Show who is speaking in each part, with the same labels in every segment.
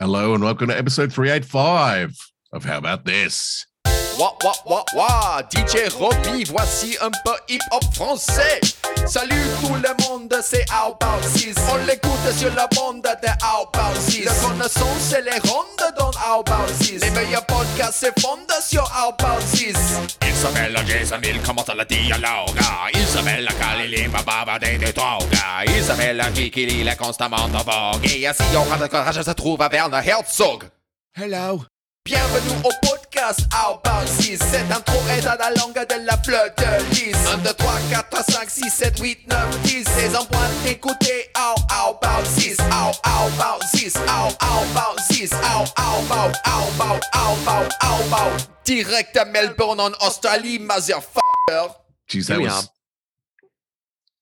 Speaker 1: Hello and welcome to episode 385 of How About This?
Speaker 2: Wah, wah, wah, wah, DJ Roby, voici un peu hip-hop français. Salut tout le monde, c'est How About This. On l'écoute sur la bande de How About This. La connaissance, c'est les rondes dans How About This. Les meilleurs podcasts se fondent sur How About This.
Speaker 3: Il s'appelle Jason, il commence à la dialogue. Il s'appelle Khalil, il va bavarder des drogues. Il s'appelle Kikil, il est constamment en vogue. Et ainsi, on rend le courage, se trouve à Werner Herzog.
Speaker 2: Hello. Bienvenue au podcast How About This. Cette intro est dans la langue de la fleur de lys. 1, 2, 3, 4, 5, 6, 7, 8, 9, 10. Les en point d'écouter How How About This. How How About This. How How About This. How How About How About How About How About. Direct à Melbourne en Australie, motherfucker.
Speaker 1: Geez, that
Speaker 4: Here we
Speaker 1: was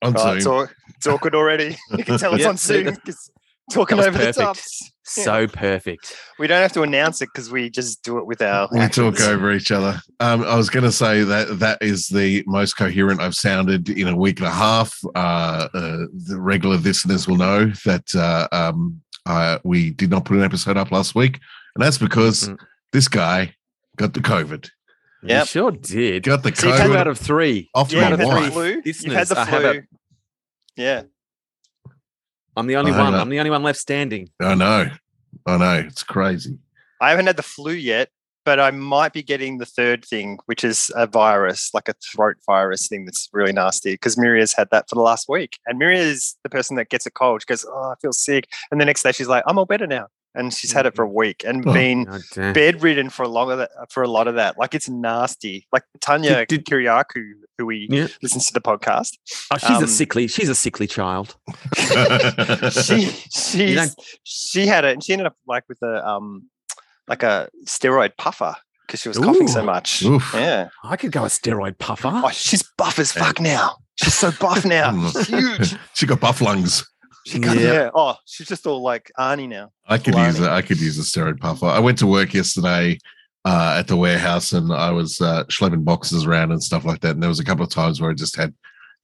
Speaker 1: on
Speaker 5: Oh, it's,
Speaker 1: Zoom.
Speaker 5: aw- it's awkward already. You can tell it's
Speaker 4: Yeah.
Speaker 5: on Zoom 'cause talking
Speaker 4: That's
Speaker 5: over the
Speaker 4: perfect.
Speaker 5: tops.
Speaker 4: So perfect.
Speaker 5: We don't have to announce it because we just do it with our.
Speaker 1: We talk
Speaker 5: actions.
Speaker 1: over each other. Um, I was going to say that that is the most coherent I've sounded in a week and a half. Uh, uh, the regular listeners will know that uh, um, uh, we did not put an episode up last week, and that's because
Speaker 4: Mm.
Speaker 1: this guy got the COVID.
Speaker 5: Yep.
Speaker 4: You sure did.
Speaker 1: Got the
Speaker 5: So you
Speaker 1: COVID
Speaker 5: had
Speaker 4: Two out of three.
Speaker 1: off
Speaker 5: Yeah,
Speaker 1: my
Speaker 5: you've had the
Speaker 1: wife.
Speaker 5: flu. You've had
Speaker 4: Listeners,
Speaker 5: the
Speaker 4: I have a-
Speaker 5: flu. Yeah.
Speaker 4: I'm the only
Speaker 1: I
Speaker 4: one.
Speaker 1: know.
Speaker 4: I'm the only one left standing.
Speaker 1: I know, I know. It's crazy.
Speaker 5: I haven't had the flu yet, but I might be getting the third thing, which is a virus, like a throat virus thing that's really nasty because Miria's had that for the last week. And Miria is the person that gets a cold. She goes, Oh, I feel sick. And the next day she's like, I'm all better now. And she's had it for a week and
Speaker 1: Oh.
Speaker 5: been
Speaker 4: God damn.
Speaker 5: bedridden for a long of that, for a lot of that. Like it's nasty. Like Tanya
Speaker 4: Did- did-
Speaker 5: Kiriakou, who we
Speaker 4: Yeah.
Speaker 5: listens to the podcast,
Speaker 4: Oh, she's
Speaker 5: um,
Speaker 4: a sickly. She's a sickly child.
Speaker 5: she
Speaker 4: You
Speaker 5: she
Speaker 4: don't-
Speaker 5: she had it, and she ended up like with a um like a steroid puffer because she was coughing so
Speaker 4: Ooh.
Speaker 5: much.
Speaker 1: Oof.
Speaker 5: Yeah.
Speaker 4: I could go a steroid puffer.
Speaker 5: Oh, she's buff as fuck now. She's so buff now. She's huge.
Speaker 1: she got buff lungs.
Speaker 5: She got,
Speaker 4: Yeah.
Speaker 5: yeah. Oh, she's just all like Arnie now.
Speaker 1: I could
Speaker 5: Blimey.
Speaker 1: use a, I could use a steroid puffer. I went to work yesterday uh, at the warehouse and I was uh, schlepping boxes around and stuff like that. And there was a couple of times where I just had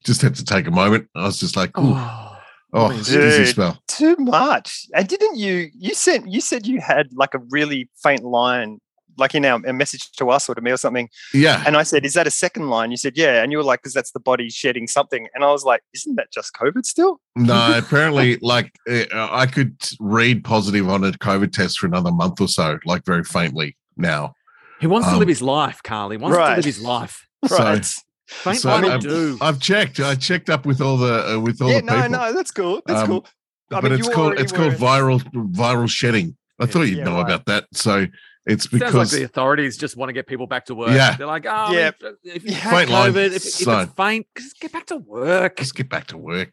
Speaker 1: just had to take a moment. I was just like, "Ooh, oh,
Speaker 4: Oh,
Speaker 1: easy
Speaker 5: Dude.
Speaker 1: spell.
Speaker 5: Too much. And didn't you? You said you said you had like a really faint line, like in our a message to us or to me or something.
Speaker 1: Yeah.
Speaker 5: And I said, Is that a second line? You said, Yeah. And you were like, Because that's the body shedding something. And I was like, Isn't that just COVID still?
Speaker 1: No, apparently, like eh, I could read positive on a COVID test for another month or so, like very faintly now.
Speaker 4: he wants to
Speaker 1: Um,
Speaker 4: live his life, Carl. He wants to
Speaker 5: Right.
Speaker 4: live his life.
Speaker 1: So-
Speaker 5: Right.
Speaker 4: Faint
Speaker 1: So
Speaker 4: line will
Speaker 1: I'm-
Speaker 4: do.
Speaker 1: I've checked. I checked up with all the uh, with all
Speaker 5: yeah,
Speaker 1: the people.
Speaker 5: no, no, that's cool. That's
Speaker 1: Um,
Speaker 5: cool. I
Speaker 1: but
Speaker 5: mean,
Speaker 1: it's
Speaker 5: you
Speaker 1: called
Speaker 5: already
Speaker 1: it's called
Speaker 5: were-
Speaker 1: viral viral shedding. I
Speaker 4: Yeah.
Speaker 1: thought you'd
Speaker 5: Yeah,
Speaker 1: know
Speaker 5: right.
Speaker 1: about that. So it's
Speaker 4: Sounds like
Speaker 1: because
Speaker 4: the authorities just want to get people back to work.
Speaker 1: Yeah.
Speaker 4: They're like, oh,
Speaker 5: Yeah.
Speaker 4: if, if you
Speaker 5: Yeah.
Speaker 4: have
Speaker 1: Faint line,
Speaker 4: COVID, if, if
Speaker 1: son.
Speaker 4: it's faint, just get back to work.
Speaker 1: just get back to work.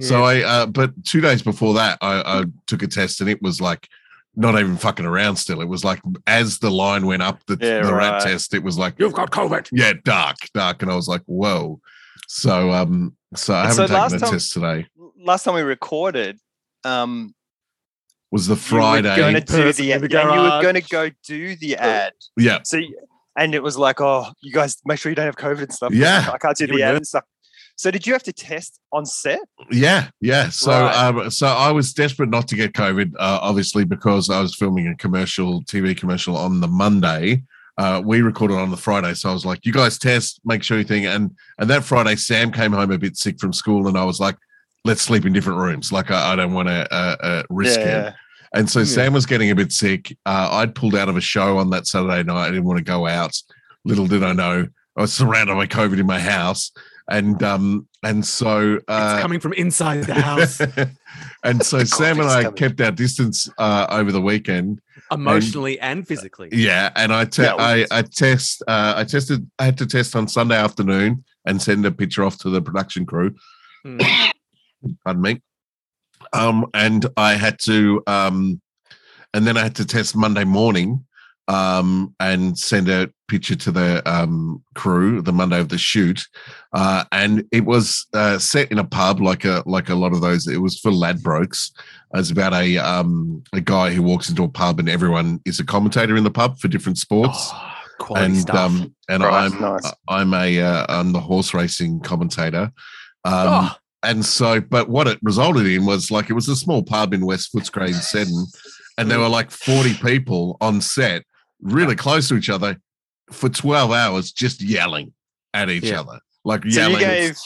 Speaker 1: So I, uh, but two days before that, I, I took a test and it was like not even fucking around. Still, it was like as the line went up the,
Speaker 5: Yeah,
Speaker 1: the rat
Speaker 5: right.
Speaker 1: test, it was like
Speaker 4: You've got COVID.
Speaker 1: yeah, dark, dark, and I was like whoa. So um, so I
Speaker 5: And
Speaker 1: haven't
Speaker 5: so last
Speaker 1: taken a
Speaker 5: time-
Speaker 1: test today.
Speaker 5: Last time we recorded, um,
Speaker 1: Was the Friday?
Speaker 5: You were going to do
Speaker 4: Person
Speaker 5: the
Speaker 4: in
Speaker 5: ad,
Speaker 4: the
Speaker 5: and you were
Speaker 4: garage.
Speaker 5: going to go do the ad.
Speaker 1: yeah,
Speaker 5: So, y- and it was like, oh, you guys make sure you don't have COVID and stuff.
Speaker 1: Yeah.
Speaker 5: I can't do
Speaker 4: You were
Speaker 5: the ad
Speaker 4: nervous.
Speaker 5: and stuff. So, did you have to test on set?
Speaker 1: Yeah, yeah. So,
Speaker 5: Right.
Speaker 1: um, so I was desperate not to get COVID, uh, obviously, because I was filming a commercial, TV commercial on the Monday. Uh, we recorded on the Friday, so I was like, "You guys test, make sure you think." And and that Friday, Sam came home a bit sick from school, and I was like, "Let's sleep in different rooms. Like, I, I don't want to uh, uh, risk it." And so
Speaker 4: Yeah.
Speaker 1: Sam was getting a bit sick. Uh, I'd pulled out of a show on that Saturday night. I didn't want to go out. Little did I know, I was surrounded by COVID in my house, and um, and so uh,
Speaker 4: it's coming from inside the house.
Speaker 1: and so
Speaker 5: The
Speaker 1: Sam and
Speaker 5: coffee's
Speaker 1: I
Speaker 5: coming.
Speaker 1: kept our distance uh, over the weekend.
Speaker 4: emotionally and physically.
Speaker 1: Yeah, and I te-
Speaker 5: Yeah, we-
Speaker 1: I, I test uh, I tested I had to test on Sunday afternoon and send a picture off to the production crew.
Speaker 4: Mm.
Speaker 1: Pardon me. Um, and I had to um, and then I had to test Monday morning um and send a picture to the um crew the monday of the shoot uh and it was uh set in a pub like a like a lot of those it was for ladbrokes it's about a um a guy who walks into a pub and everyone is a commentator in the pub for different sports
Speaker 4: Oh, quality
Speaker 1: and
Speaker 4: stuff.
Speaker 1: um and
Speaker 5: Right,
Speaker 1: i'm
Speaker 5: nice.
Speaker 1: i'm a uh, i'm the horse racing commentator um
Speaker 4: Oh,
Speaker 1: and so, but what it resulted in was like it was a small pub in West Footscray in Seddon, and there were like 40 people on set, really close to each other, for 12 hours, just yelling at each
Speaker 4: Yeah.
Speaker 1: other. Like
Speaker 5: So
Speaker 1: yelling.
Speaker 5: you gave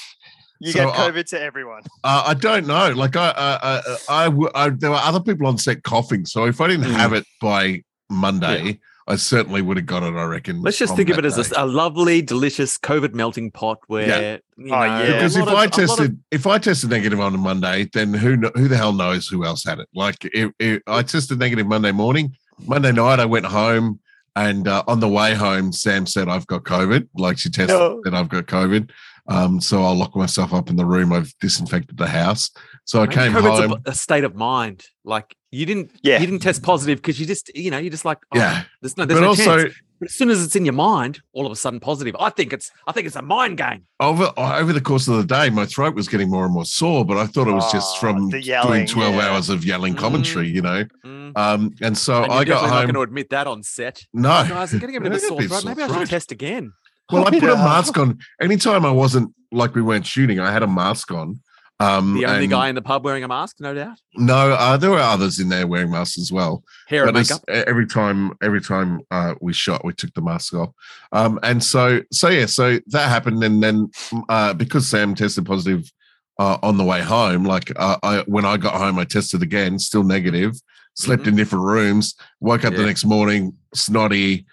Speaker 5: you
Speaker 1: So
Speaker 5: gave
Speaker 1: I-
Speaker 5: COVID to everyone.
Speaker 1: Uh, I don't know. Like I, I, I, I, w- I- there were other people on set coughing. So if I didn't
Speaker 4: Mm.
Speaker 1: have it by Monday, I certainly would have got it. I reckon.
Speaker 4: Let's just
Speaker 1: from
Speaker 4: think of
Speaker 1: that
Speaker 4: it as
Speaker 1: day.
Speaker 4: a, a lovely, delicious COVID melting pot where. you
Speaker 5: Oh,
Speaker 4: know,
Speaker 5: yeah.
Speaker 4: a
Speaker 1: because if
Speaker 4: lot of-
Speaker 1: I
Speaker 4: a lot of-
Speaker 1: tested, if I tested negative on a Monday, then who kn- who the hell knows who else had it? Like if, if I tested negative Monday morning, Monday night I went home, and uh, on the way home, Sam said I've got COVID. Like she tested
Speaker 5: No.
Speaker 1: that I've got COVID. Um, so I'll lock myself up in the room. I've disinfected the house. So I
Speaker 4: Mate,
Speaker 1: came
Speaker 4: COVID's a-
Speaker 1: home.
Speaker 4: A, state of mind. Like you didn't,
Speaker 5: Yeah.
Speaker 4: you didn't test positive because you just, you know, you're just like, oh,
Speaker 1: yeah,
Speaker 4: There's no, there's
Speaker 1: but
Speaker 4: no
Speaker 1: also.
Speaker 4: chance. But as soon as it's in your mind, all of a sudden positive. I think it's, I think it's a mind game.
Speaker 1: over over the course of the day, my throat was getting more and more sore, but I thought it was just
Speaker 4: Oh,
Speaker 5: Ah,
Speaker 1: from
Speaker 5: the
Speaker 1: doing
Speaker 5: yelling,
Speaker 1: twelve
Speaker 5: yeah.
Speaker 1: hours of yelling commentary, you know.
Speaker 4: Mm.
Speaker 1: Um, and so
Speaker 4: And
Speaker 1: I
Speaker 4: you're
Speaker 1: got
Speaker 4: definitely not
Speaker 1: home.
Speaker 4: going to admit that on set.
Speaker 1: No,
Speaker 4: Guys, I'm getting a bit of a
Speaker 1: I got
Speaker 4: sore throat.
Speaker 1: sore
Speaker 4: Maybe I should
Speaker 1: throat.
Speaker 4: test again.
Speaker 1: Well, I put a
Speaker 5: Yeah.
Speaker 1: mask on. Anytime I wasn't like we weren't shooting, I had a mask on. Um,
Speaker 4: The only
Speaker 1: and-
Speaker 4: guy in the pub wearing a mask, no doubt.
Speaker 1: No, uh, there were others in there wearing masks as well.
Speaker 4: Hair and
Speaker 1: But it's- e-,
Speaker 4: makeup.
Speaker 1: Every time, every time uh, we shot, we took the mask off. Um, and so, so yeah, so that happened, and then uh, because Sam tested positive uh, on the way home, like uh, I, when I got home, I tested again, still negative. Slept in different rooms. Woke up the
Speaker 4: Mm-hmm. Yeah.
Speaker 1: next morning, snotty.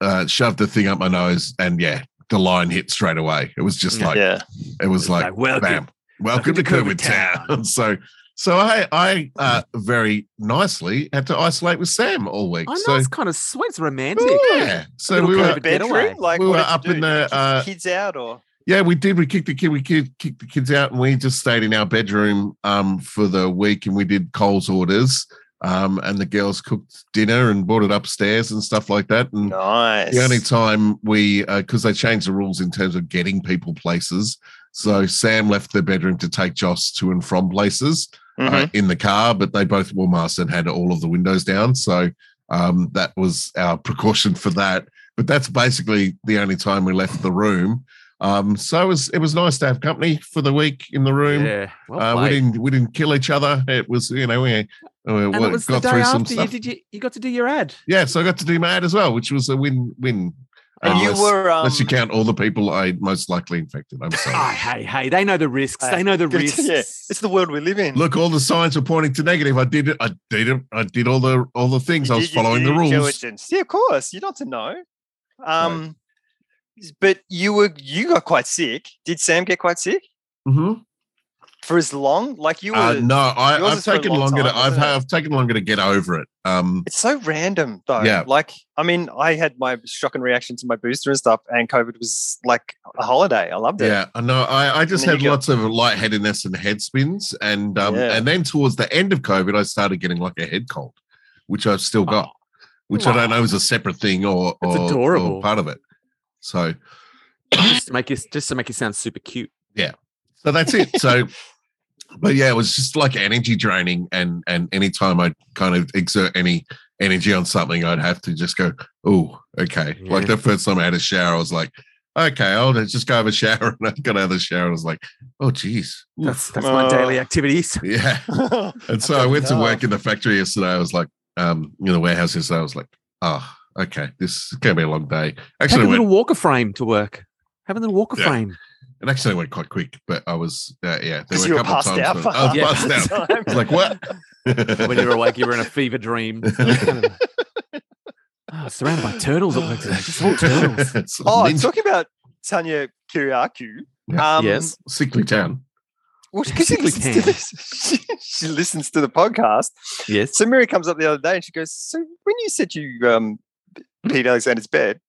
Speaker 1: Uh, shoved the thing up my nose, and yeah, the line hit straight away. It was just
Speaker 4: Yeah.
Speaker 1: like
Speaker 5: yeah.
Speaker 1: it was like
Speaker 4: welcome.
Speaker 1: bam, welcome to COVID town. so, so I, I uh, very nicely had to isolate with Sam all week.
Speaker 4: I know
Speaker 1: so,
Speaker 4: it's kind of sweet. It's romantic.
Speaker 1: yeah. So
Speaker 4: little
Speaker 1: we were,
Speaker 4: COVID. getaway.
Speaker 5: Bedroom? Like
Speaker 1: We
Speaker 5: what
Speaker 1: were
Speaker 5: did you
Speaker 1: up
Speaker 5: do?
Speaker 1: in the,
Speaker 5: Kick the
Speaker 1: uh,
Speaker 5: kids out or
Speaker 1: yeah, we did. We kicked the kid, we kid, kicked the kids out, and we just stayed in our bedroom um, for the week, and we did Coles orders, um, and the girls cooked dinner and brought it upstairs and stuff like that, and.
Speaker 5: nice.
Speaker 1: The only time we, because they changed the rules in terms of getting people places. So Sam left the bedroom to take Joss to and from places uh,
Speaker 5: Mhm.
Speaker 1: in the car, but they both wore masks and had all of the windows down. So um, that was our precaution for that. But that's basically the only time we left the room. Um, so it was it was nice to have company for the week in the room.
Speaker 4: Yeah. Well
Speaker 1: uh, we
Speaker 4: played.
Speaker 1: didn't we didn't kill each other. It was you know we, we
Speaker 4: and it was the
Speaker 1: got
Speaker 4: day
Speaker 1: through some
Speaker 4: after you
Speaker 1: stuff.
Speaker 4: did you, you got to do your ad.
Speaker 1: yeah, so I got to do my ad as well, which was a win win.
Speaker 5: and you
Speaker 1: Unless-
Speaker 5: were um,
Speaker 1: Unless you count all the people I most likely infected. I'm
Speaker 4: Oh,
Speaker 1: sorry.
Speaker 4: hey, hey, they know the risks. They know the risks.
Speaker 5: Yeah, it's the world we live in.
Speaker 1: Look, all the signs were pointing to negative. I did it. I did it. I did all the all the things.
Speaker 5: You
Speaker 1: I was
Speaker 5: did your
Speaker 1: following the
Speaker 5: due
Speaker 1: rules.
Speaker 5: diligence. Yeah, of course. You're not to know. Um, but you were you got quite sick. Did Sam get quite sick
Speaker 4: Mm-hmm.
Speaker 1: hmm
Speaker 5: for as long? Like you were.
Speaker 1: Uh, no, I,
Speaker 5: yours
Speaker 1: I've
Speaker 5: is for a
Speaker 1: taken
Speaker 5: long
Speaker 1: longer.
Speaker 5: time,
Speaker 1: to, I've
Speaker 5: isn't it?
Speaker 1: I've taken longer to get over it. Um,
Speaker 5: It's so random though.
Speaker 1: Yeah.
Speaker 5: Like I mean, I had my shock and reaction to my booster and stuff, and COVID was like a holiday. I loved it.
Speaker 1: yeah, I know. I, I just
Speaker 5: And then
Speaker 1: had
Speaker 5: you got-
Speaker 1: lots of lightheadedness and head spins, and um,
Speaker 5: Yeah.
Speaker 1: and then towards the end of COVID, I started getting like a head cold, which I've
Speaker 5: Oh.
Speaker 1: still got, which I don't know is a separate thing or
Speaker 4: That's
Speaker 1: or, or
Speaker 4: adorable.
Speaker 1: part of it. So
Speaker 4: just to make you just to make you sound super cute.
Speaker 1: So that's it. So, but yeah, it was just like energy draining, and and anytime I kind of exert any energy on something, I'd have to just go, oh, okay. Like the first time I had a shower, I was like, okay, I'll just go have a shower, and I got out of the shower, and I was like, oh, geez, oof.
Speaker 4: That's that's my daily
Speaker 5: Uh,
Speaker 4: activities.
Speaker 1: yeah. And so I went to work in the factory yesterday. I was like, um, in the warehouse yesterday, I was like, oh, okay, this is going to be a long day.
Speaker 4: Take
Speaker 1: Actually,
Speaker 4: a
Speaker 1: I went,
Speaker 4: little walker frame to work. Have a little walker
Speaker 1: Yeah.
Speaker 4: frame.
Speaker 1: it actually went quite quick, but I was, uh, yeah, there were
Speaker 5: because you
Speaker 1: a
Speaker 5: were
Speaker 1: couple of
Speaker 5: passed
Speaker 1: times.
Speaker 5: out.
Speaker 1: when
Speaker 5: for
Speaker 1: I was
Speaker 5: half
Speaker 1: passed
Speaker 5: the
Speaker 1: out. I
Speaker 5: time.
Speaker 1: was like, what?
Speaker 4: when you were awake, you were in a fever dream. Oh, surrounded by turtles at work today. Just all turtles.
Speaker 1: It's a
Speaker 5: Oh,
Speaker 1: ninja-
Speaker 5: talking about Tanya Kiriakou.
Speaker 1: Yeah.
Speaker 5: Um,
Speaker 4: yes.
Speaker 1: sickly town.
Speaker 5: Well, because she,
Speaker 4: Sickly
Speaker 5: listens to
Speaker 4: Cam.
Speaker 5: this- she, she listens to the podcast.
Speaker 4: Yes.
Speaker 5: So Mary comes up the other day and she goes, "So when you said you um,
Speaker 1: Hmm.
Speaker 5: Pete Alexander's bed,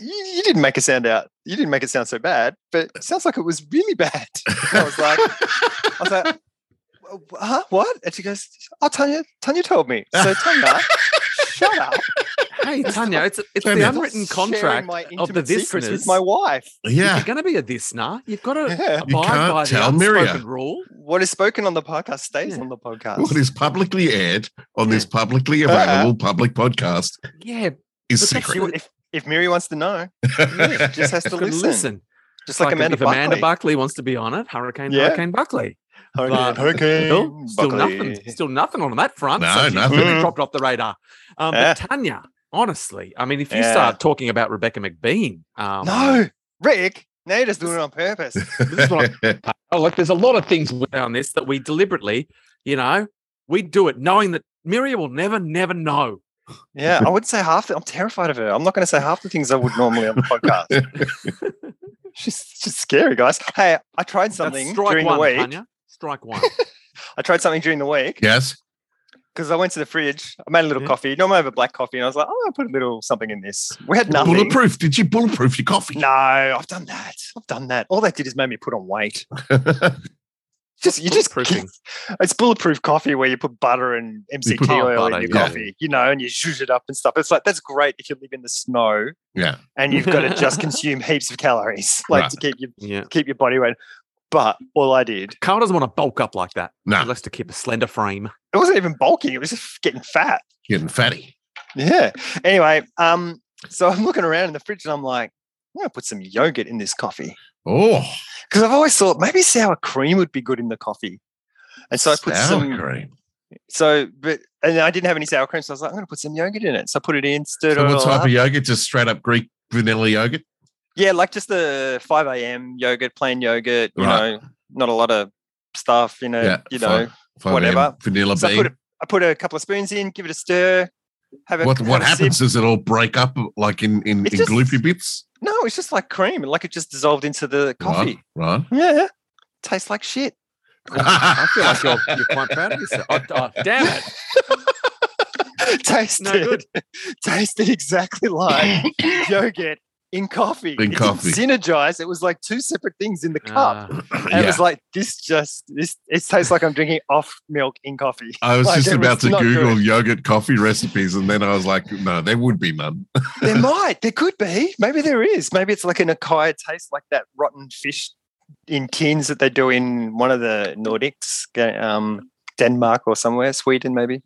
Speaker 5: you, you didn't make it sound out. You didn't make it sound so bad, but it sounds like it was really bad." I was like, "I was like, "Wh- wh- huh? What?" And she goes, "Oh, Tanya, Tanya told me. So Tanya, shut up.
Speaker 4: Hey, Tanya, it's it's
Speaker 1: Tanya.
Speaker 4: the unwritten
Speaker 5: Sharing
Speaker 4: contract.
Speaker 5: my
Speaker 4: of the
Speaker 5: intimate secrets with
Speaker 4: listeners.
Speaker 5: my wife.
Speaker 4: If
Speaker 1: Yeah.
Speaker 4: you're going to be a this nah, you've got to
Speaker 5: Yeah.
Speaker 1: You
Speaker 4: abide
Speaker 1: can't
Speaker 4: by the
Speaker 1: tell
Speaker 4: unspoken
Speaker 1: Miria.
Speaker 4: rule.
Speaker 5: What is spoken on the podcast stays
Speaker 4: Yeah.
Speaker 5: on the podcast.
Speaker 1: What is publicly aired on this publicly
Speaker 5: Uh-huh.
Speaker 1: available public podcast
Speaker 4: Yeah,
Speaker 1: is
Speaker 4: But that's
Speaker 1: secret.
Speaker 5: Well, if if Miri wants to know, Miri just has to
Speaker 4: got to
Speaker 5: listen.
Speaker 4: listen.
Speaker 5: Just like, Amanda
Speaker 4: if Amanda
Speaker 5: Buckley.
Speaker 4: Buckley wants to be on it, Hurricane
Speaker 5: Yeah.
Speaker 4: Hurricane Buckley.
Speaker 5: Hurricane,
Speaker 4: But-
Speaker 5: hurricane.
Speaker 4: No, still
Speaker 5: Buckley. Mm-hmm.
Speaker 4: nothing. Still nothing on that front.
Speaker 1: No,
Speaker 4: so she's
Speaker 1: nothing.
Speaker 4: really dropped off the radar. Um,
Speaker 5: Yeah.
Speaker 4: But Tanya, honestly, I mean, if you
Speaker 5: Yeah.
Speaker 4: start talking about Rebecca McBean, um,
Speaker 5: No, Rick. Now you're just doing it on purpose.
Speaker 4: is what oh, like there's a lot of things on this that we deliberately, you know, we do it knowing that Miriam will never, never know.
Speaker 5: Yeah, I would say half. The, I'm terrified of her. I'm not going to say half the things I would normally on the podcast. she's she's scary, guys. Hey, I tried
Speaker 4: That's
Speaker 5: something
Speaker 4: strike
Speaker 5: during
Speaker 4: one,
Speaker 5: the week.
Speaker 4: Tanya. Strike one.
Speaker 5: I tried something during the week
Speaker 1: yes.
Speaker 5: because I went to the fridge. I made a little
Speaker 4: Yeah.
Speaker 5: coffee. Normally I have a black coffee, and I was like, oh, I'll put a little something in this. We had nothing.
Speaker 1: Bulletproof. Did you bulletproof your coffee?
Speaker 5: No, I've done that. I've done that. All that did is made me put on weight. Just you just
Speaker 4: Bulletproofing.
Speaker 5: it's bulletproof coffee where you put butter and MCT
Speaker 1: put-
Speaker 4: Oh,
Speaker 5: oil
Speaker 4: butter,
Speaker 5: in your
Speaker 4: yeah.
Speaker 5: coffee, you know, and you zhuzh it up and stuff. It's like that's great if you live in the snow
Speaker 1: yeah.
Speaker 5: and you've got to just consume heaps of calories, like to keep your
Speaker 4: yeah.
Speaker 5: keep your body weight. But all I did,
Speaker 4: Carl doesn't want to bulk up like that.
Speaker 1: No.
Speaker 4: He likes to keep a slender frame.
Speaker 5: it wasn't even bulking; it was just getting fat.
Speaker 1: Getting fatty.
Speaker 5: Yeah. Anyway, um, so I'm looking around in the fridge and I'm like, I'm gonna put some yogurt in this coffee
Speaker 1: Oh.
Speaker 5: because I've always thought maybe sour cream would be good in the coffee. And so I put
Speaker 1: sour
Speaker 5: some.
Speaker 1: cream.
Speaker 5: So, but and I didn't have any sour cream, so I was like, I'm gonna put some yogurt in it. So I put it in, stirred
Speaker 1: So
Speaker 5: it all
Speaker 1: what type
Speaker 5: up.
Speaker 1: of yogurt? Just straight up Greek vanilla yogurt?
Speaker 5: Yeah, like just the 5 a.m. yogurt, plain yogurt, you
Speaker 1: Right.
Speaker 5: know, not a lot of stuff, you know,
Speaker 1: Yeah,
Speaker 5: you know.
Speaker 1: fine. Five
Speaker 5: Whatever.
Speaker 1: AM Vanilla
Speaker 5: So I
Speaker 1: bean.
Speaker 5: put, a, I put a couple of spoons in, give it a stir, have a
Speaker 1: what
Speaker 5: have
Speaker 1: what
Speaker 5: a sip.
Speaker 1: happens is it'll break up like in, in, in
Speaker 5: It's just-
Speaker 1: gloopy bits.
Speaker 5: No, it's just like cream, like it just dissolved into the coffee.
Speaker 1: Right.
Speaker 5: Yeah, tastes like shit.
Speaker 1: right.
Speaker 4: I feel like you're, you're quite proud of yourself. Oh, oh, damn it.
Speaker 5: tasted,
Speaker 4: No good.
Speaker 5: tasted exactly like yogurt in coffee.
Speaker 1: In
Speaker 5: it
Speaker 1: coffee.
Speaker 5: didn't synergize. It was like two separate things in the cup.
Speaker 4: Uh,
Speaker 5: and it was like this. Just this. It tastes like I'm drinking off milk in coffee.
Speaker 1: I was
Speaker 5: like,
Speaker 1: just
Speaker 5: it
Speaker 1: about
Speaker 5: was
Speaker 1: to
Speaker 5: not
Speaker 1: Google
Speaker 5: good.
Speaker 1: yogurt coffee recipes, and then I was like, no, there would be none.
Speaker 5: there might, there could be. Maybe there is. Maybe it's like an acai taste, like that rotten fish in tins that they do in one of the Nordics, ga- um, Denmark or somewhere, Sweden maybe.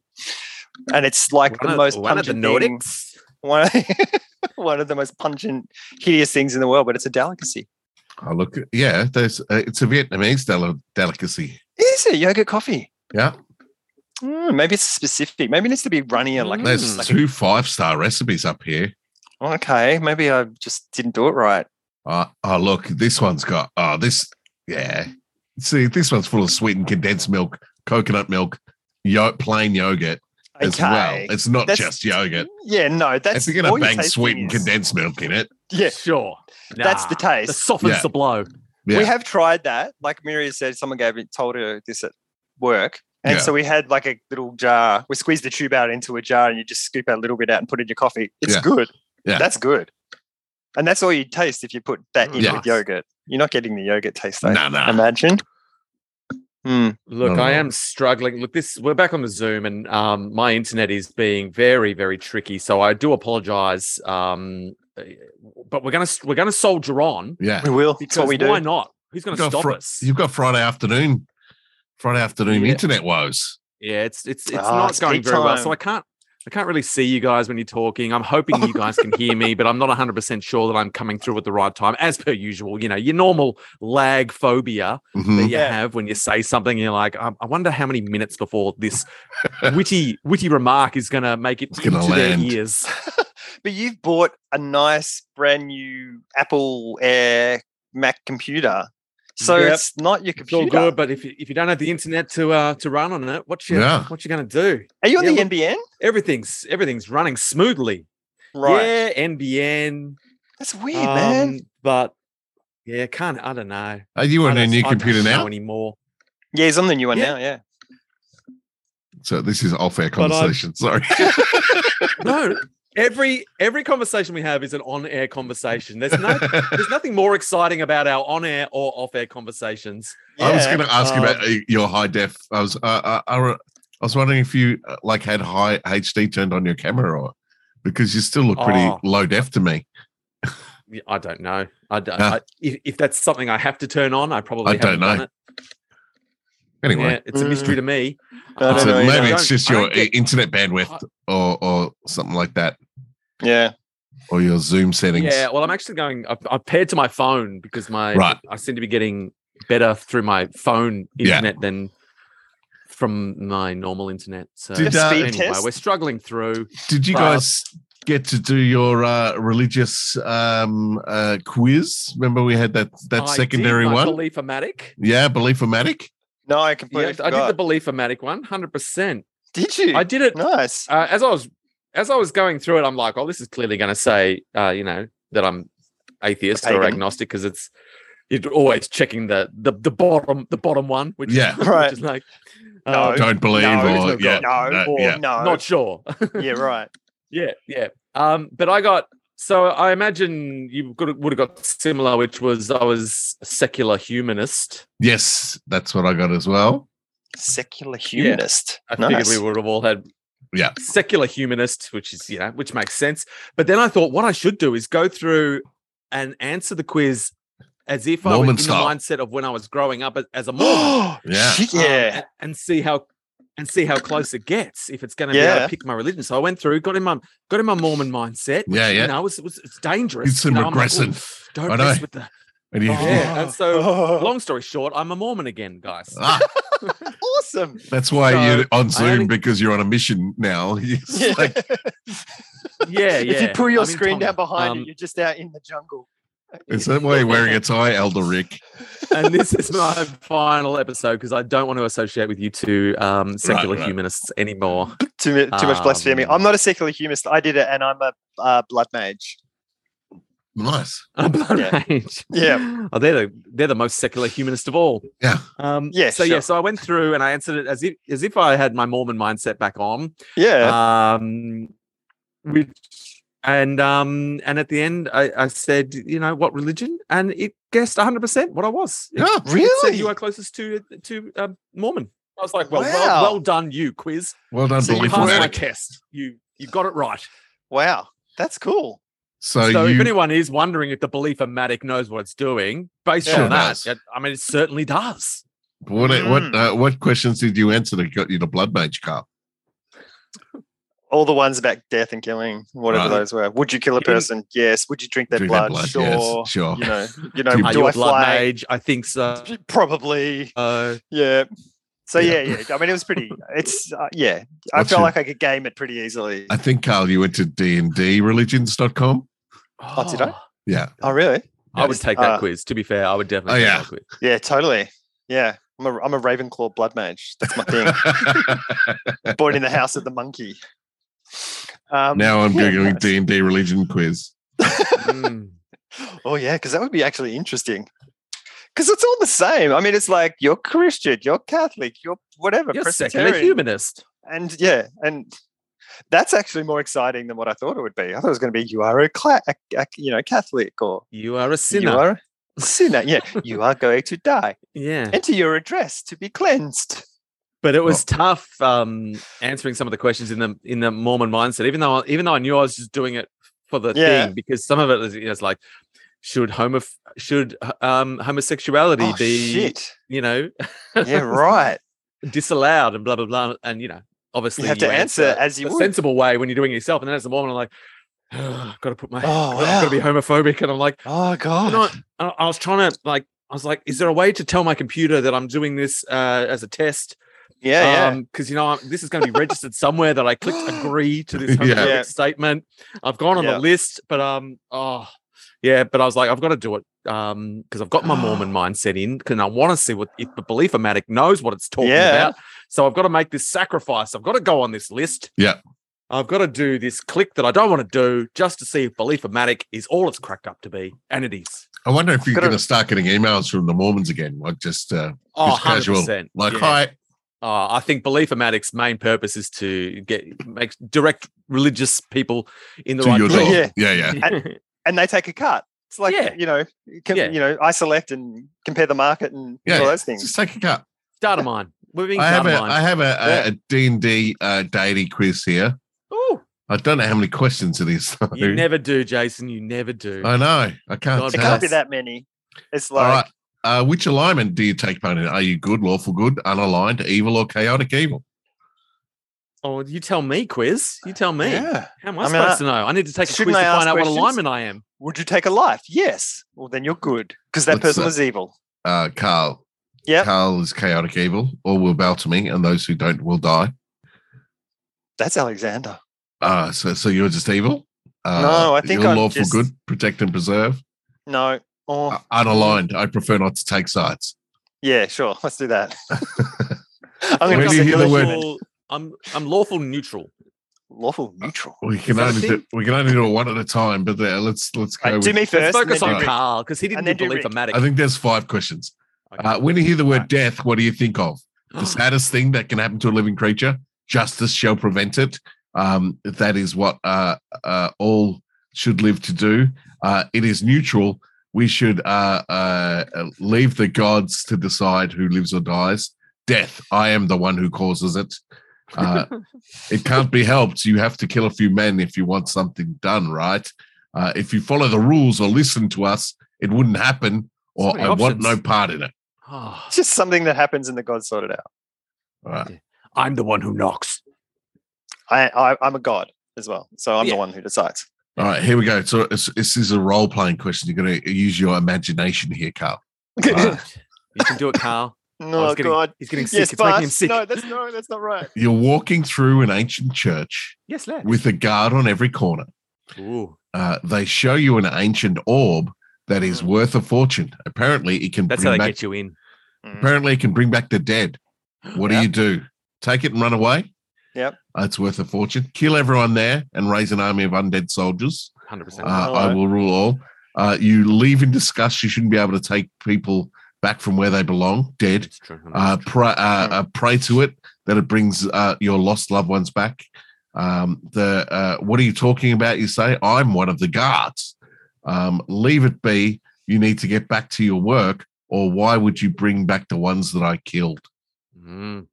Speaker 5: And it's like the
Speaker 4: one of-
Speaker 5: most
Speaker 4: one of the
Speaker 5: pungent thing-
Speaker 4: Nordics.
Speaker 5: one, of, one of the most pungent, hideous things in the world, but it's a delicacy.
Speaker 1: I look, yeah, there's, uh, it's a Vietnamese del- delicacy.
Speaker 5: Is it yogurt coffee?
Speaker 1: Yeah.
Speaker 5: Mm, maybe it's specific. Maybe it needs to be runnier, like,
Speaker 1: There's
Speaker 5: Hmm, like
Speaker 1: two five star recipes up here.
Speaker 4: Mm.
Speaker 5: okay, maybe I just didn't do it right.
Speaker 1: Uh, oh, look, this one's got, oh, this, yeah. See, this one's full of sweetened condensed milk, coconut milk, yo- plain yogurt
Speaker 5: Okay.
Speaker 1: as well. It's not
Speaker 5: That's-
Speaker 1: just yogurt.
Speaker 5: Yeah, no, that's
Speaker 1: if you're going
Speaker 5: all
Speaker 1: to
Speaker 5: you're
Speaker 1: bang
Speaker 5: tasting
Speaker 1: sweetened
Speaker 5: is-
Speaker 1: condensed milk in it,
Speaker 5: Yeah,
Speaker 4: Sure.
Speaker 5: that's the
Speaker 4: Nah,
Speaker 5: taste.
Speaker 4: That softens
Speaker 1: Yeah.
Speaker 4: the blow.
Speaker 1: yeah.
Speaker 5: We have tried that. Like Miria said, someone gave it, told her this at work. And
Speaker 1: Yeah.
Speaker 5: so we had like a little jar. We squeezed the tube out into a jar and you just scoop out a little bit out and put it in your coffee. It's
Speaker 1: Yeah.
Speaker 5: good.
Speaker 1: Yeah.
Speaker 5: That's good. And that's all you taste if you put that in
Speaker 1: Yeah.
Speaker 5: with yogurt. You're not getting the yogurt taste though.
Speaker 1: no, no.
Speaker 5: Imagine. Hmm.
Speaker 4: Look,
Speaker 1: No,
Speaker 4: I
Speaker 1: no.
Speaker 4: am struggling. Look, this we're back on the Zoom, and um, my internet is being very, very tricky. So I do apologize. Um, uh, but we're gonna we're gonna soldier on
Speaker 1: Yeah.
Speaker 5: We will. That's what we do.
Speaker 4: why not? Who's gonna
Speaker 1: You've got
Speaker 4: stop
Speaker 1: Fri-
Speaker 4: us?
Speaker 1: You've got Friday afternoon, Friday afternoon
Speaker 4: Yeah.
Speaker 1: internet woes.
Speaker 4: Yeah, it's it's it's
Speaker 5: Ah,
Speaker 4: not
Speaker 5: it's
Speaker 4: going
Speaker 5: peak
Speaker 4: very well. So
Speaker 5: time.
Speaker 4: I can't I can't really see you guys when you're talking. I'm hoping you guys can hear me, but I'm not 100 percent sure that I'm coming through at the right time, as per usual. You know, your normal lag phobia that
Speaker 1: Mhm.
Speaker 4: you
Speaker 5: Yeah.
Speaker 4: have when you say something, and you're like, "Um, I, I wonder how many minutes before this witty witty remark is going to make it
Speaker 1: It's
Speaker 4: into
Speaker 1: gonna
Speaker 4: their
Speaker 1: land.
Speaker 4: ears.
Speaker 5: But you've bought a nice brand new Apple Air Mac computer. So
Speaker 4: Yep.
Speaker 5: it's not your
Speaker 4: It's all
Speaker 5: computer.
Speaker 4: good, but if you, if you don't have the internet to uh to run on it, what you
Speaker 1: Yeah.
Speaker 4: what you going to do?
Speaker 5: Are you on
Speaker 4: Yeah,
Speaker 5: the
Speaker 4: look-
Speaker 5: NBN?
Speaker 4: Everything's everything's running smoothly.
Speaker 5: Right.
Speaker 4: Yeah, NBN.
Speaker 5: That's weird, man.
Speaker 4: Um, But yeah, can't I don't know.
Speaker 1: Are you on
Speaker 4: I
Speaker 1: a
Speaker 4: don't-
Speaker 1: new
Speaker 4: I don't
Speaker 1: computer
Speaker 4: know
Speaker 1: now?
Speaker 4: anymore.
Speaker 5: Yeah, he's on the new one
Speaker 4: Yeah.
Speaker 5: now. Yeah.
Speaker 1: So this is off air
Speaker 4: But I've-
Speaker 1: conversation. Sorry.
Speaker 4: No, every every conversation we have is an on-air conversation. There's no there's nothing more exciting about our on-air or off-air conversations.
Speaker 1: I was
Speaker 5: Yeah.
Speaker 1: going to ask you
Speaker 4: uh,
Speaker 1: about uh, your high def. I was uh, I, I, I was wondering if you uh, like had high HD turned on your camera or because you still look pretty
Speaker 4: Oh.
Speaker 1: low def to me.
Speaker 4: Yeah, I don't know. I don't.
Speaker 1: Ah.
Speaker 4: I, if, if that's something I have to turn on, I probably
Speaker 1: I don't
Speaker 4: haven't done
Speaker 1: know.
Speaker 4: it.
Speaker 1: Anyway,
Speaker 4: Yeah, it's a
Speaker 5: Mm.
Speaker 4: mystery to me.
Speaker 5: I don't
Speaker 1: so
Speaker 5: know either.
Speaker 1: maybe
Speaker 4: I
Speaker 1: it's
Speaker 4: don't-
Speaker 1: just
Speaker 4: I
Speaker 1: your e-,
Speaker 4: don't get-
Speaker 1: i- internet bandwidth or or something like that,
Speaker 5: Yeah.
Speaker 1: or your Zoom settings.
Speaker 4: Yeah, well, I'm actually going. I've, I've paired to my phone because my
Speaker 1: Right.
Speaker 4: I seem to be getting better through my phone
Speaker 1: Yeah.
Speaker 4: internet than from my normal internet. So
Speaker 1: Did,
Speaker 5: A
Speaker 1: uh,
Speaker 5: speed
Speaker 4: anyway,
Speaker 5: test?
Speaker 4: we're struggling through.
Speaker 1: Did you
Speaker 4: Wow.
Speaker 1: guys get to do your uh, religious um, uh, quiz? Remember we had that that
Speaker 4: I
Speaker 1: secondary
Speaker 4: did my
Speaker 1: one.
Speaker 4: Belief-o-matic.
Speaker 1: yeah, belief-o-matic.
Speaker 5: No, I
Speaker 4: Yeah,
Speaker 5: completely
Speaker 4: I did the
Speaker 5: forgot.
Speaker 4: belief-o-matic one, 100%.
Speaker 5: Did you?
Speaker 4: I did it
Speaker 5: nice.
Speaker 4: uh, as I was as I was going through it, I'm like, oh, this is clearly going to say, uh, you know, that I'm atheist or
Speaker 5: Pagan.
Speaker 4: agnostic because it's you're always checking the the the bottom the bottom one, which
Speaker 1: Yeah.
Speaker 4: is,
Speaker 5: Right.
Speaker 4: which is like
Speaker 5: No.
Speaker 4: uh,
Speaker 1: Don't believe
Speaker 4: No,
Speaker 1: or
Speaker 4: it's
Speaker 1: yeah,
Speaker 4: not
Speaker 5: No,
Speaker 1: no,
Speaker 4: or
Speaker 1: yeah.
Speaker 5: no.
Speaker 4: not sure.
Speaker 5: yeah, right.
Speaker 4: yeah, yeah. Um, but I got so I imagine you could would have got similar, which was I was a secular humanist.
Speaker 1: yes, that's what I got as well.
Speaker 5: Secular humanist.
Speaker 4: I
Speaker 5: Nice.
Speaker 4: figured we would have all had
Speaker 1: Yeah.
Speaker 4: secular humanist, which is you know, which makes sense. But then I thought what I should do is go through and answer the quiz as if I was
Speaker 1: Mormon
Speaker 4: in
Speaker 1: style.
Speaker 4: the mindset of when I was growing up as- as a Mormon, um,
Speaker 1: Yeah.
Speaker 5: Shit, yeah.
Speaker 4: and, and see how and see how close it gets if it's going to be able
Speaker 5: Yeah.
Speaker 4: to pick my religion. So I went through, got in my got in my Mormon mindset.
Speaker 1: Yeah, yeah.
Speaker 4: You know, it's, it's, it's dangerous.
Speaker 1: It's some
Speaker 4: you know, I'm like,
Speaker 1: regressing.
Speaker 4: "Ooh, don't
Speaker 1: I know.
Speaker 4: mess with the.
Speaker 1: And you-
Speaker 4: Yeah. And so,
Speaker 5: Oh,
Speaker 4: long story short, I'm a Mormon again, guys.
Speaker 1: Ah,
Speaker 5: awesome.
Speaker 1: that's why
Speaker 4: So,
Speaker 1: you're on
Speaker 4: I only-
Speaker 1: Zoom because you're on a mission now. It's
Speaker 5: Yeah.
Speaker 1: like,
Speaker 4: yeah, yeah.
Speaker 5: If you pull your
Speaker 4: I'm in
Speaker 5: screen down
Speaker 4: Tonga.
Speaker 5: behind
Speaker 4: Um,
Speaker 5: you, you're just out in the jungle.
Speaker 1: is that why you're wearing a tie, Elder Rick?
Speaker 4: and this is my final episode because I don't want to associate with you two um, secular
Speaker 1: right.
Speaker 4: humanists anymore.
Speaker 5: Too, mu- too much blasphemy.
Speaker 4: Um,
Speaker 5: I'm not a secular humanist. I did it, and I'm a uh, blood mage.
Speaker 1: Nice.
Speaker 4: Blood
Speaker 5: Yeah.
Speaker 4: Rage.
Speaker 5: Yeah.
Speaker 4: Oh, they're the they're the most secular humanist of all.
Speaker 1: Yeah.
Speaker 4: Um,
Speaker 5: Yeah,
Speaker 4: So yeah,
Speaker 5: sure.
Speaker 4: so I went through and I answered it as if as if I had my Mormon mindset back on.
Speaker 5: Yeah.
Speaker 4: Um, which and um and at the end I, I said you know what religion and it guessed 100 percent what I was. It
Speaker 1: Yeah.
Speaker 4: said
Speaker 5: really?
Speaker 4: you are closest to to uh, Mormon. I was like, well, well,
Speaker 5: Wow.
Speaker 4: well done, you quiz.
Speaker 1: Well done,
Speaker 5: So you
Speaker 4: You
Speaker 1: belief
Speaker 5: passed
Speaker 4: passed my
Speaker 1: fanatic.
Speaker 4: test. You you got it right.
Speaker 5: wow. That's cool.
Speaker 1: So,
Speaker 4: so if
Speaker 1: you,
Speaker 4: anyone is wondering if the belief o matic knows what it's doing, based
Speaker 5: Yeah.
Speaker 1: Sure
Speaker 4: on that,
Speaker 1: does.
Speaker 4: it- I mean, it certainly does.
Speaker 1: what what
Speaker 5: Mm.
Speaker 1: uh, what questions did you answer that got you the blood mage card?
Speaker 5: All the ones about death and killing, whatever
Speaker 1: Right.
Speaker 5: those were. Would you kill a
Speaker 4: You-
Speaker 5: person? Yes. Would you drink their
Speaker 1: Drink
Speaker 5: blood?
Speaker 1: yes,
Speaker 5: Sure.
Speaker 1: sure.
Speaker 5: You know. You know.
Speaker 1: Do
Speaker 5: Do,
Speaker 1: you-
Speaker 4: Are you
Speaker 5: I
Speaker 4: a blood
Speaker 5: fly?
Speaker 4: mage? I think so.
Speaker 5: Probably.
Speaker 4: Uh,
Speaker 5: Yeah. So
Speaker 1: Yeah.
Speaker 5: yeah. yeah, I mean, it was pretty. It's uh, yeah. I
Speaker 1: What's your-
Speaker 5: felt like I could game it pretty easily.
Speaker 1: I think Carl, you went to dndreligions.com.
Speaker 5: Oh, did I?
Speaker 1: Yeah.
Speaker 5: oh, really?
Speaker 4: I would take that
Speaker 5: Uh,
Speaker 4: quiz. To be fair, I would definitely.
Speaker 1: Oh,
Speaker 4: take
Speaker 1: yeah.
Speaker 4: that quiz.
Speaker 5: Yeah, totally. Yeah, I'm a, I'm a Ravenclaw blood mage. That's my thing. Born in the house of the monkey. Um,
Speaker 1: now I'm
Speaker 5: yeah,
Speaker 1: googling
Speaker 5: nice.
Speaker 1: D&D religion quiz.
Speaker 4: Mm.
Speaker 5: Oh yeah, because that would be actually interesting. Because it's all the same. I mean, it's like you're Christian, you're Catholic, you're whatever.
Speaker 4: You're a secular
Speaker 5: Presbyterian.
Speaker 4: humanist.
Speaker 5: And yeah, and that's actually more exciting than what I thought it would be. I thought it was going to be you are a, cla- a, a- you know Catholic or
Speaker 4: You are a sinner.
Speaker 5: you are a sinner. Yeah, you are going to die.
Speaker 4: yeah.
Speaker 5: Enter your address to be cleansed.
Speaker 4: But it was tough um, answering some of the questions in the in the Mormon mindset, even though even though I knew I was just doing it for the
Speaker 5: Yeah.
Speaker 4: thing, because some of it is you know, it's like should homo should um, homosexuality
Speaker 5: Oh,
Speaker 4: be
Speaker 5: shit.
Speaker 4: you know
Speaker 5: Yeah, right.
Speaker 4: disallowed and blah blah blah and you know obviously
Speaker 5: You have to answer as you
Speaker 4: a
Speaker 5: would.
Speaker 4: sensible way when you're doing it yourself, and then as a Mormon I'm like. I've got to put my.
Speaker 5: Oh,
Speaker 4: I've got to be homophobic, and I'm like,
Speaker 5: Oh god.
Speaker 4: and I, I I was trying to like, I was like, is there a way to tell my computer that I'm doing this uh, as a test?
Speaker 5: yeah, yeah.
Speaker 4: because Um, you know I'm, this is going to be registered somewhere that I clicked agree to this
Speaker 1: Yeah.
Speaker 4: homophobic
Speaker 5: Yeah.
Speaker 4: statement. I've gone on
Speaker 5: Yeah.
Speaker 4: the list, but um, oh yeah, but I was like, I've got to do it um because I've got my Mormon mindset in, and I want to see what if the belief matic knows what it's talking
Speaker 5: Yeah.
Speaker 4: about. So I've got to make this sacrifice. I've got to go on this list.
Speaker 1: Yeah.
Speaker 4: I've got to do this click that I don't want to do just to see if belief matic is all it's cracked up to be, and it is.
Speaker 1: I wonder if you're
Speaker 5: Gotta-
Speaker 1: going to start getting emails from the Mormons again, like just uh,
Speaker 4: Oh,
Speaker 1: Just casual,
Speaker 4: 100%.
Speaker 1: like
Speaker 4: Yeah.
Speaker 1: hi,
Speaker 4: Uh, I think Belief-O-Matic's main purpose is to get make direct religious people in the
Speaker 1: to
Speaker 4: right
Speaker 1: your door.
Speaker 4: direction.
Speaker 1: Yeah, yeah.
Speaker 5: And they take a cut. It's like
Speaker 4: Yeah.
Speaker 5: you know, com-
Speaker 4: Yeah.
Speaker 5: you know, I select and compare the market and
Speaker 1: Yeah,
Speaker 5: all
Speaker 1: yeah.
Speaker 5: those things.
Speaker 1: Just take a cup.
Speaker 4: data mine. We're being
Speaker 1: I have
Speaker 4: data
Speaker 1: a
Speaker 4: mined.
Speaker 1: I have a,
Speaker 5: Yeah.
Speaker 1: a, a D&D uh, daily quiz here.
Speaker 4: Ooh,
Speaker 1: I don't know how many questions it is. though.
Speaker 4: you never do, Jason. You never do.
Speaker 1: I know. I can't
Speaker 4: God
Speaker 5: It
Speaker 1: tell.
Speaker 5: can't be
Speaker 4: Yes.
Speaker 5: that many. It's
Speaker 1: All right.
Speaker 5: like
Speaker 1: Uh, which alignment do you take part in? Are you good, lawful good, unaligned, evil, or chaotic evil?
Speaker 4: Oh, you tell me, quiz. You tell me.
Speaker 5: yeah.
Speaker 4: How am I,
Speaker 5: I mean,
Speaker 4: supposed
Speaker 5: I-
Speaker 4: to know? I need to take a quiz to
Speaker 5: shouldn't I ask
Speaker 4: find out what
Speaker 5: questions?
Speaker 4: alignment I am.
Speaker 5: Would you take a life? Yes. Well, then you're good because that
Speaker 1: What's
Speaker 5: person
Speaker 1: that?
Speaker 5: was evil.
Speaker 1: uh, Carl.
Speaker 5: Yep.
Speaker 1: Carl is chaotic evil. All will bow to me, and those who don't will die.
Speaker 5: That's Alexander.
Speaker 1: Uh, so, so you're just evil. Uh,
Speaker 5: No, I think
Speaker 1: you're
Speaker 5: I'm
Speaker 1: lawful
Speaker 5: just-
Speaker 1: good, protect and preserve.
Speaker 5: No. Oh,
Speaker 1: Uh, unaligned. I prefer not to take sides.
Speaker 5: yeah, sure. Let's do that. I'm
Speaker 1: Where
Speaker 5: going
Speaker 1: do
Speaker 5: to
Speaker 1: you
Speaker 5: you
Speaker 1: hear the word?
Speaker 4: Lawful- I'm I'm lawful neutral.
Speaker 5: lawful neutral.
Speaker 1: We can
Speaker 4: Is that a
Speaker 1: only do,
Speaker 4: thing?
Speaker 1: we can only do it one at a time. But uh, let's let's go.
Speaker 5: Right,
Speaker 1: with-
Speaker 5: do me
Speaker 4: Let's
Speaker 5: first. and
Speaker 4: focus
Speaker 5: then
Speaker 1: do
Speaker 4: on
Speaker 5: do
Speaker 1: Rick.
Speaker 4: Carl because he didn't
Speaker 5: And then
Speaker 4: need
Speaker 5: do
Speaker 4: belief in
Speaker 5: Rick.
Speaker 4: Matic.
Speaker 1: I think there's five questions.
Speaker 4: Okay.
Speaker 1: Uh, when you hear the word
Speaker 4: Right.
Speaker 1: death, what do you think of? The saddest thing that can happen to a living creature. Justice shall prevent it. Um, that is what uh, uh, all should live to do. Uh, it is neutral. We should uh, uh, uh, leave the gods to decide who lives or dies. Death. I am the one who causes it. Uh, it can't be helped. You have to kill a few men if you want something done right. Uh, if you follow the rules or listen to us, it wouldn't happen. Or
Speaker 4: So many
Speaker 1: I want no
Speaker 4: options.
Speaker 1: part in it.
Speaker 4: Ah,
Speaker 5: It's just something that happens and the God sorted out.
Speaker 1: All right.
Speaker 4: I'm the one who knocks.
Speaker 5: I, I, I'm a God as well. So I'm
Speaker 4: Yeah.
Speaker 5: the one who decides.
Speaker 1: All right, here we go. So it's, this is a role playing question. You're going to use your imagination here, Carl.
Speaker 4: Right. you can do it, Carl. Oh,
Speaker 5: no,
Speaker 4: he's getting,
Speaker 5: God.
Speaker 4: He's getting sick.
Speaker 5: Yes,
Speaker 4: it's making him
Speaker 5: but
Speaker 4: sick.
Speaker 5: no, that's no, that's not right.
Speaker 1: You're walking through an ancient church
Speaker 4: yes, lad.
Speaker 1: with a guard on every corner.
Speaker 4: Ooh,
Speaker 1: Uh, they show you an ancient orb that is
Speaker 4: Mm.
Speaker 1: worth a fortune. Apparently, it can
Speaker 4: that's how
Speaker 1: bring
Speaker 4: they
Speaker 1: back.
Speaker 4: get you in.
Speaker 1: Apparently, it can bring back the dead. What
Speaker 5: Yeah.
Speaker 1: do you do? Take it and run away.
Speaker 5: Yep.
Speaker 1: Uh, it's worth a fortune. Kill everyone there and raise an army of undead soldiers.
Speaker 4: Hundred percent.
Speaker 1: Uh,
Speaker 5: All
Speaker 1: I
Speaker 5: right.
Speaker 1: will rule all. Uh, you leave in disgust. You shouldn't be able to take people back from where they belong, dead.
Speaker 4: It's true.
Speaker 1: uh, pray, uh,
Speaker 5: Hmm.
Speaker 1: uh, pray to it that it brings uh, your lost loved ones back. Um, the uh, what are you talking about? You say I'm one of the guards. Um, leave it be. You need to get back to your work, or why would you bring back the ones that I killed?
Speaker 4: Mm.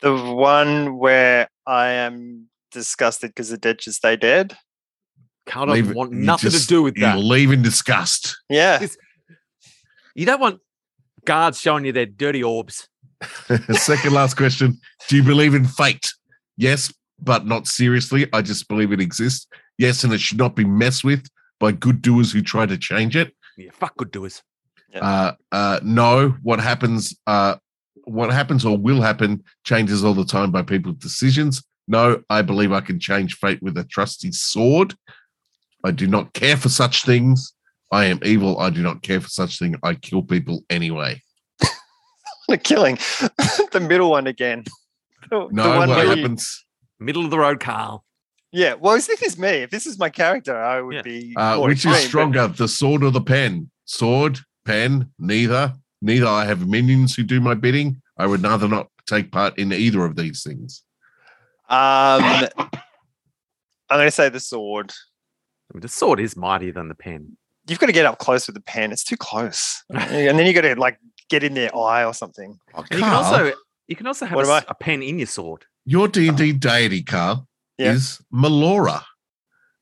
Speaker 5: The one where I am disgusted because the dead just stay dead.
Speaker 4: Carl
Speaker 1: Leave
Speaker 4: doesn't
Speaker 1: it-
Speaker 4: want
Speaker 1: you
Speaker 4: nothing
Speaker 1: just-
Speaker 4: to do with
Speaker 1: You
Speaker 4: that.
Speaker 1: leave in disgust.
Speaker 5: Yeah.
Speaker 4: You don't want guards showing you their dirty orbs.
Speaker 1: Second last question: Do you believe in fate? Yes, but not seriously. I just believe it exists. Yes, and it should not be messed with by good doers who try to change it.
Speaker 4: Yeah, fuck good doers.
Speaker 1: uh, uh, no, what happens, uh, what happens or will happen changes all the time by people's decisions. No, I believe I can change fate with a trusty sword. I do not care for such things. I am evil. I do not care for such thing. I kill people anyway.
Speaker 5: The killing. the middle one again. The, the
Speaker 1: No,
Speaker 5: one
Speaker 1: what
Speaker 5: where you-
Speaker 1: happens?
Speaker 4: Middle of the road, Carl.
Speaker 5: yeah. Well, if this is me, if this is my character, I would
Speaker 4: Yeah.
Speaker 5: be.
Speaker 1: Uh,
Speaker 5: more
Speaker 1: which is
Speaker 5: extreme, but-
Speaker 1: stronger, the sword or the pen? Sword, pen, neither. Neither. I have minions who do my bidding. I would rather not take part in either of these things.
Speaker 5: Um, I'm going to say the sword.
Speaker 4: I mean, the sword is mightier than the pen.
Speaker 5: You've got to get up close with the pen. It's too close. and then you got to like get in their eye or something.
Speaker 4: And you can
Speaker 1: Carl.
Speaker 4: also you can also have a,
Speaker 5: What
Speaker 4: s-
Speaker 5: am
Speaker 4: a pen in your sword.
Speaker 1: Your D and D deity, Carl,
Speaker 5: Yeah.
Speaker 1: is Melora,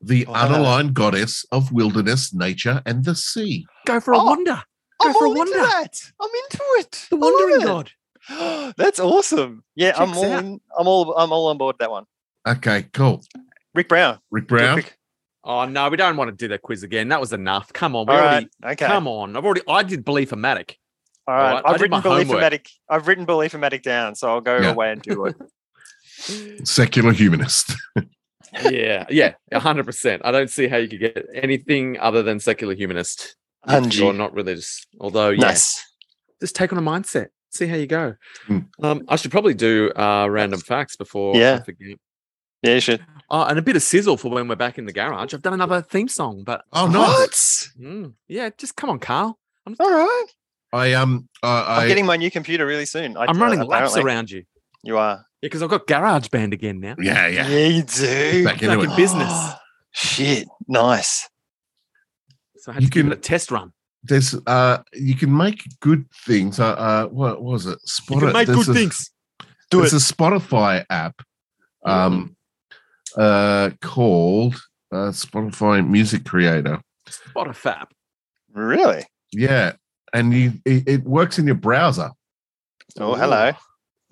Speaker 1: the
Speaker 5: Wow.
Speaker 1: unaligned goddess of wilderness, nature, and the sea.
Speaker 4: Go for a
Speaker 5: Oh,
Speaker 4: wander. Go
Speaker 5: I'm
Speaker 4: for a
Speaker 5: all into
Speaker 4: wander.
Speaker 5: that. I'm into it.
Speaker 4: The
Speaker 5: I love
Speaker 4: wandering
Speaker 5: it.
Speaker 4: god.
Speaker 5: That's awesome. Yeah, I'm
Speaker 4: Checks
Speaker 5: all
Speaker 4: out.
Speaker 5: in, I'm all I'm all on board with that one.
Speaker 1: Okay, cool.
Speaker 5: Rick Brown.
Speaker 1: Rick
Speaker 5: real
Speaker 1: Brown.
Speaker 5: quick.
Speaker 4: Oh no, we don't want to do that quiz again. That was enough. Come on, we
Speaker 5: All
Speaker 4: already.
Speaker 5: right. Okay.
Speaker 4: Come on, I've already. I did belief in Matic.
Speaker 5: all right.
Speaker 4: right, I
Speaker 5: I've
Speaker 4: did my
Speaker 5: written belief
Speaker 4: homework.
Speaker 5: matic I've written belief matic down, so I'll go
Speaker 1: Yeah.
Speaker 5: away and do it.
Speaker 1: Secular humanist.
Speaker 4: yeah, yeah, hundred percent. I don't see how you could get anything other than secular humanist. if You're
Speaker 5: Angie.
Speaker 4: not religious, although yes,
Speaker 5: Nice.
Speaker 4: just take on a mindset. See how you go.
Speaker 1: Hmm.
Speaker 4: Um, I should probably do uh, random facts before. I
Speaker 5: Yeah.
Speaker 4: forget.
Speaker 5: Yeah, you should.
Speaker 4: Oh, and a bit of sizzle for when we're back in the garage. I've done another theme song, but
Speaker 1: Oh no,
Speaker 5: What?
Speaker 4: mm, yeah, just come on, Carl.
Speaker 5: All right.
Speaker 1: I um, uh,
Speaker 5: I'm
Speaker 1: I
Speaker 5: getting my new computer really soon. I, uh,
Speaker 4: I'm running laps
Speaker 5: apparently.
Speaker 4: around you.
Speaker 5: You are.
Speaker 4: Yeah, because I've got GarageBand again now.
Speaker 1: yeah, yeah.
Speaker 5: you do.
Speaker 1: Back into
Speaker 4: Back
Speaker 1: it.
Speaker 4: in business.
Speaker 5: Shit. Nice.
Speaker 4: So I had
Speaker 1: You
Speaker 4: to give it
Speaker 1: can-
Speaker 4: a test run.
Speaker 1: There's uh, you can make good things. Uh, uh what was it?
Speaker 4: You
Speaker 1: Spot
Speaker 4: can make
Speaker 1: there's
Speaker 4: good
Speaker 1: a,
Speaker 4: things.
Speaker 5: Do
Speaker 1: there's a Spotify app, um, uh, called uh, Spotify Music Creator.
Speaker 4: Spotify.
Speaker 5: Really?
Speaker 1: Yeah, and you it, it works in your browser.
Speaker 5: Oh, hello.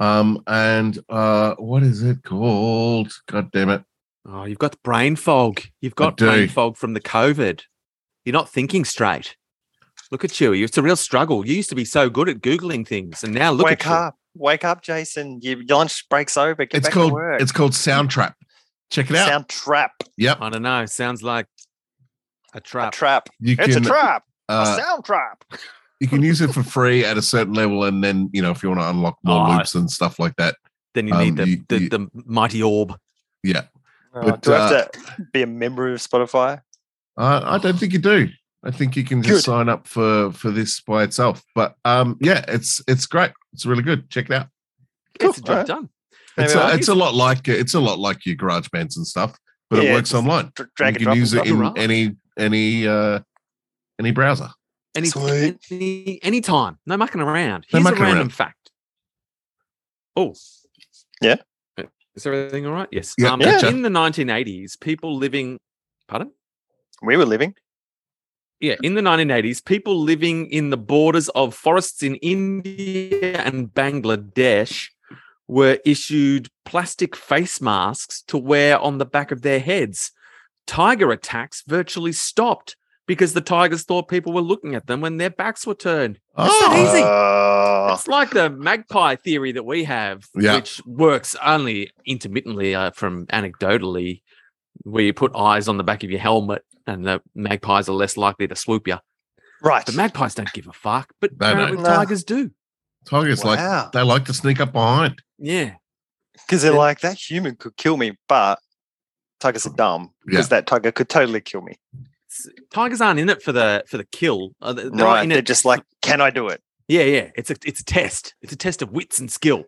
Speaker 1: Um, and uh, what is it called? God damn it!
Speaker 4: Oh, you've got brain fog. You've got
Speaker 1: do.
Speaker 4: brain fog from the COVID. You're not thinking straight. Look at you. It's a real struggle. You used to be so good at Googling things, and now look
Speaker 5: wake
Speaker 4: at you.
Speaker 5: up, wake up, Jason. Your lunch break's over. Get
Speaker 1: it's
Speaker 5: back
Speaker 1: called
Speaker 5: to work.
Speaker 1: it's called Sound Trap. Check it out.
Speaker 5: sound trap.
Speaker 1: yep,
Speaker 4: I don't know. Sounds like a
Speaker 5: A
Speaker 4: trap.
Speaker 5: trap.
Speaker 1: you
Speaker 5: It's a
Speaker 1: can
Speaker 5: trap.
Speaker 1: uh,
Speaker 5: a sound trap.
Speaker 1: you can use it for free at a certain level, and then you know if you want to unlock more
Speaker 4: Oh.
Speaker 1: loops and stuff like that.
Speaker 4: then you
Speaker 1: Um,
Speaker 4: need the,
Speaker 1: you-
Speaker 4: the,
Speaker 1: you-
Speaker 4: the mighty orb.
Speaker 1: Yeah,
Speaker 5: Oh,
Speaker 1: but,
Speaker 5: do I
Speaker 1: uh,
Speaker 5: have to be a member of Spotify?
Speaker 1: Uh, I don't think you do. I think you can just
Speaker 5: Good.
Speaker 1: sign up for for this by itself. But um, yeah, it's it's great. It's really good. Check it out.
Speaker 4: It's a job
Speaker 5: alright.
Speaker 4: done.
Speaker 1: It's
Speaker 5: Maybe
Speaker 1: a,
Speaker 5: I'll
Speaker 1: it's a lot like it's a lot like your garage bands and stuff, but it
Speaker 5: Yeah,
Speaker 1: works
Speaker 5: it's
Speaker 1: online.
Speaker 5: Dra- drag and
Speaker 1: you
Speaker 5: drop.
Speaker 1: can use it
Speaker 4: drop
Speaker 1: in
Speaker 4: around.
Speaker 1: any any uh any browser.
Speaker 4: Any,
Speaker 5: Sweet.
Speaker 4: any anytime. No mucking around.
Speaker 1: No
Speaker 4: Here's a
Speaker 1: mucking
Speaker 4: random
Speaker 1: around.
Speaker 4: fact. Oh. Uh,
Speaker 5: Yeah?
Speaker 4: Is everything all right? Yes.
Speaker 1: Yeah,
Speaker 4: um,
Speaker 1: gotcha.
Speaker 4: In the 1980s, people living, pardon?
Speaker 5: we were living.
Speaker 4: Yeah, in the 1980s, people living in the borders of forests in India and Bangladesh were issued plastic face masks to wear on the back of their heads. Tiger attacks virtually stopped because the tigers thought people were looking at them when their backs were turned.
Speaker 1: Oh,
Speaker 4: Easy.
Speaker 5: Uh,
Speaker 4: It's like the magpie theory that we have,
Speaker 1: Yeah.
Speaker 4: which works only intermittently uh, from anecdotally, where you put eyes on the back of your helmet and the magpies are less likely to swoop you.
Speaker 5: right.
Speaker 4: The magpies don't give a fuck, but
Speaker 1: They don't.
Speaker 4: apparently
Speaker 5: No.
Speaker 4: tigers do.
Speaker 1: tigers like
Speaker 5: wow.
Speaker 1: they like to sneak up behind.
Speaker 4: Yeah.
Speaker 5: Because they're like, that human could kill me, but tigers are dumb because
Speaker 1: Yeah.
Speaker 5: that tiger could totally kill me.
Speaker 4: S- Tigers aren't in it for the for the kill. Uh, they- They're,
Speaker 5: right.
Speaker 4: in
Speaker 5: They're
Speaker 4: it.
Speaker 5: just like, can I do it?
Speaker 4: yeah, yeah. It's a it's a test. It's a test of wits and skill.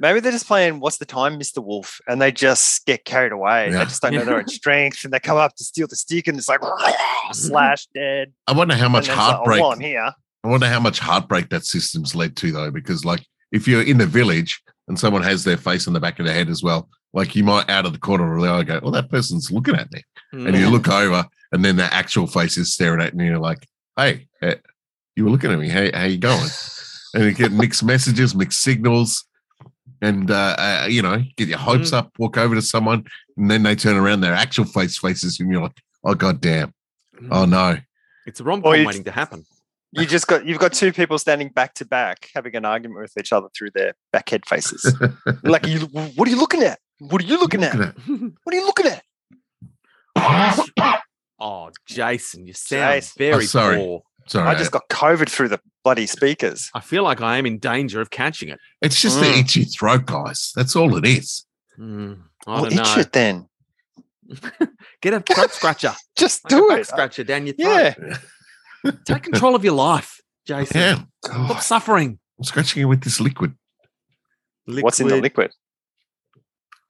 Speaker 5: Maybe they're just playing What's the Time, Mr. Wolf, and they just get carried away.
Speaker 1: Yeah.
Speaker 5: They just don't know their own strength and they come up to steal the stick and it's like, slash dead.
Speaker 1: I wonder Mm-hmm. how much
Speaker 5: and then it's like, oh, well,
Speaker 1: heartbreak.
Speaker 5: I'm here.
Speaker 1: I wonder how much heartbreak that system's led to though, because like if you're in the village and someone has their face on the back of their head as well, like you might out of the corner of the eye go, "Well, that person's looking at me."
Speaker 4: Mm-hmm.
Speaker 1: and you
Speaker 5: Mhm.
Speaker 1: look over, and then the actual face is staring at you, and you're like, "Hey, eh, you were looking at me. Hey, how you going?" and you get mixed messages, mixed signals, and uh, uh, you know, get your hopes up, walk over to someone, and then they turn around, their actual face faces, you, and you're like, "Oh god damn! Oh no!"
Speaker 4: Mm. It's a rom
Speaker 5: Or
Speaker 4: com
Speaker 5: you-
Speaker 4: waiting to happen.
Speaker 5: You just got you've got two people standing back to back having an argument with each other through their back head faces. like you what are you looking at? What are you looking at?
Speaker 1: Look at
Speaker 5: What are you looking at?
Speaker 4: oh, Jason, you sound
Speaker 5: Jason.
Speaker 4: very
Speaker 1: Oh, sorry.
Speaker 4: poor.
Speaker 1: it. Sorry,
Speaker 5: I just got COVID through the bloody speakers.
Speaker 4: I feel like I am in danger of catching it.
Speaker 1: it's just the
Speaker 5: Mm.
Speaker 1: itchy throat, guys. That's all it is.
Speaker 4: Mm, I
Speaker 5: Well,
Speaker 4: don't
Speaker 5: itch
Speaker 4: know.
Speaker 5: it then.
Speaker 4: Get a throat scratcher.
Speaker 5: Just
Speaker 4: Like a
Speaker 5: do
Speaker 4: back
Speaker 5: it.
Speaker 4: scratcher down your throat.
Speaker 5: Yeah.
Speaker 4: Take control of your life, Jason.
Speaker 1: Yeah,
Speaker 4: Stop suffering.
Speaker 1: I'm scratching it with this liquid.
Speaker 5: What's in the liquid?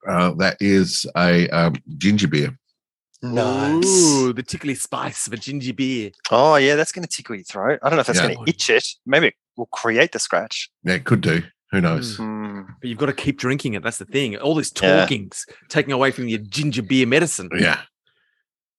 Speaker 1: Uh, that is a um, ginger beer.
Speaker 4: Ooh, the tickly spice of a ginger beer.
Speaker 5: Oh yeah, that's gonna tickle your throat. I don't know if that's
Speaker 1: Yeah.
Speaker 5: gonna itch it. Maybe it will create the scratch.
Speaker 1: Yeah, it could do. Who knows?
Speaker 5: Mm.
Speaker 4: But you've got to keep drinking it. That's the thing. All this
Speaker 5: Yeah.
Speaker 4: talking's taking away from your ginger beer medicine.
Speaker 1: Yeah.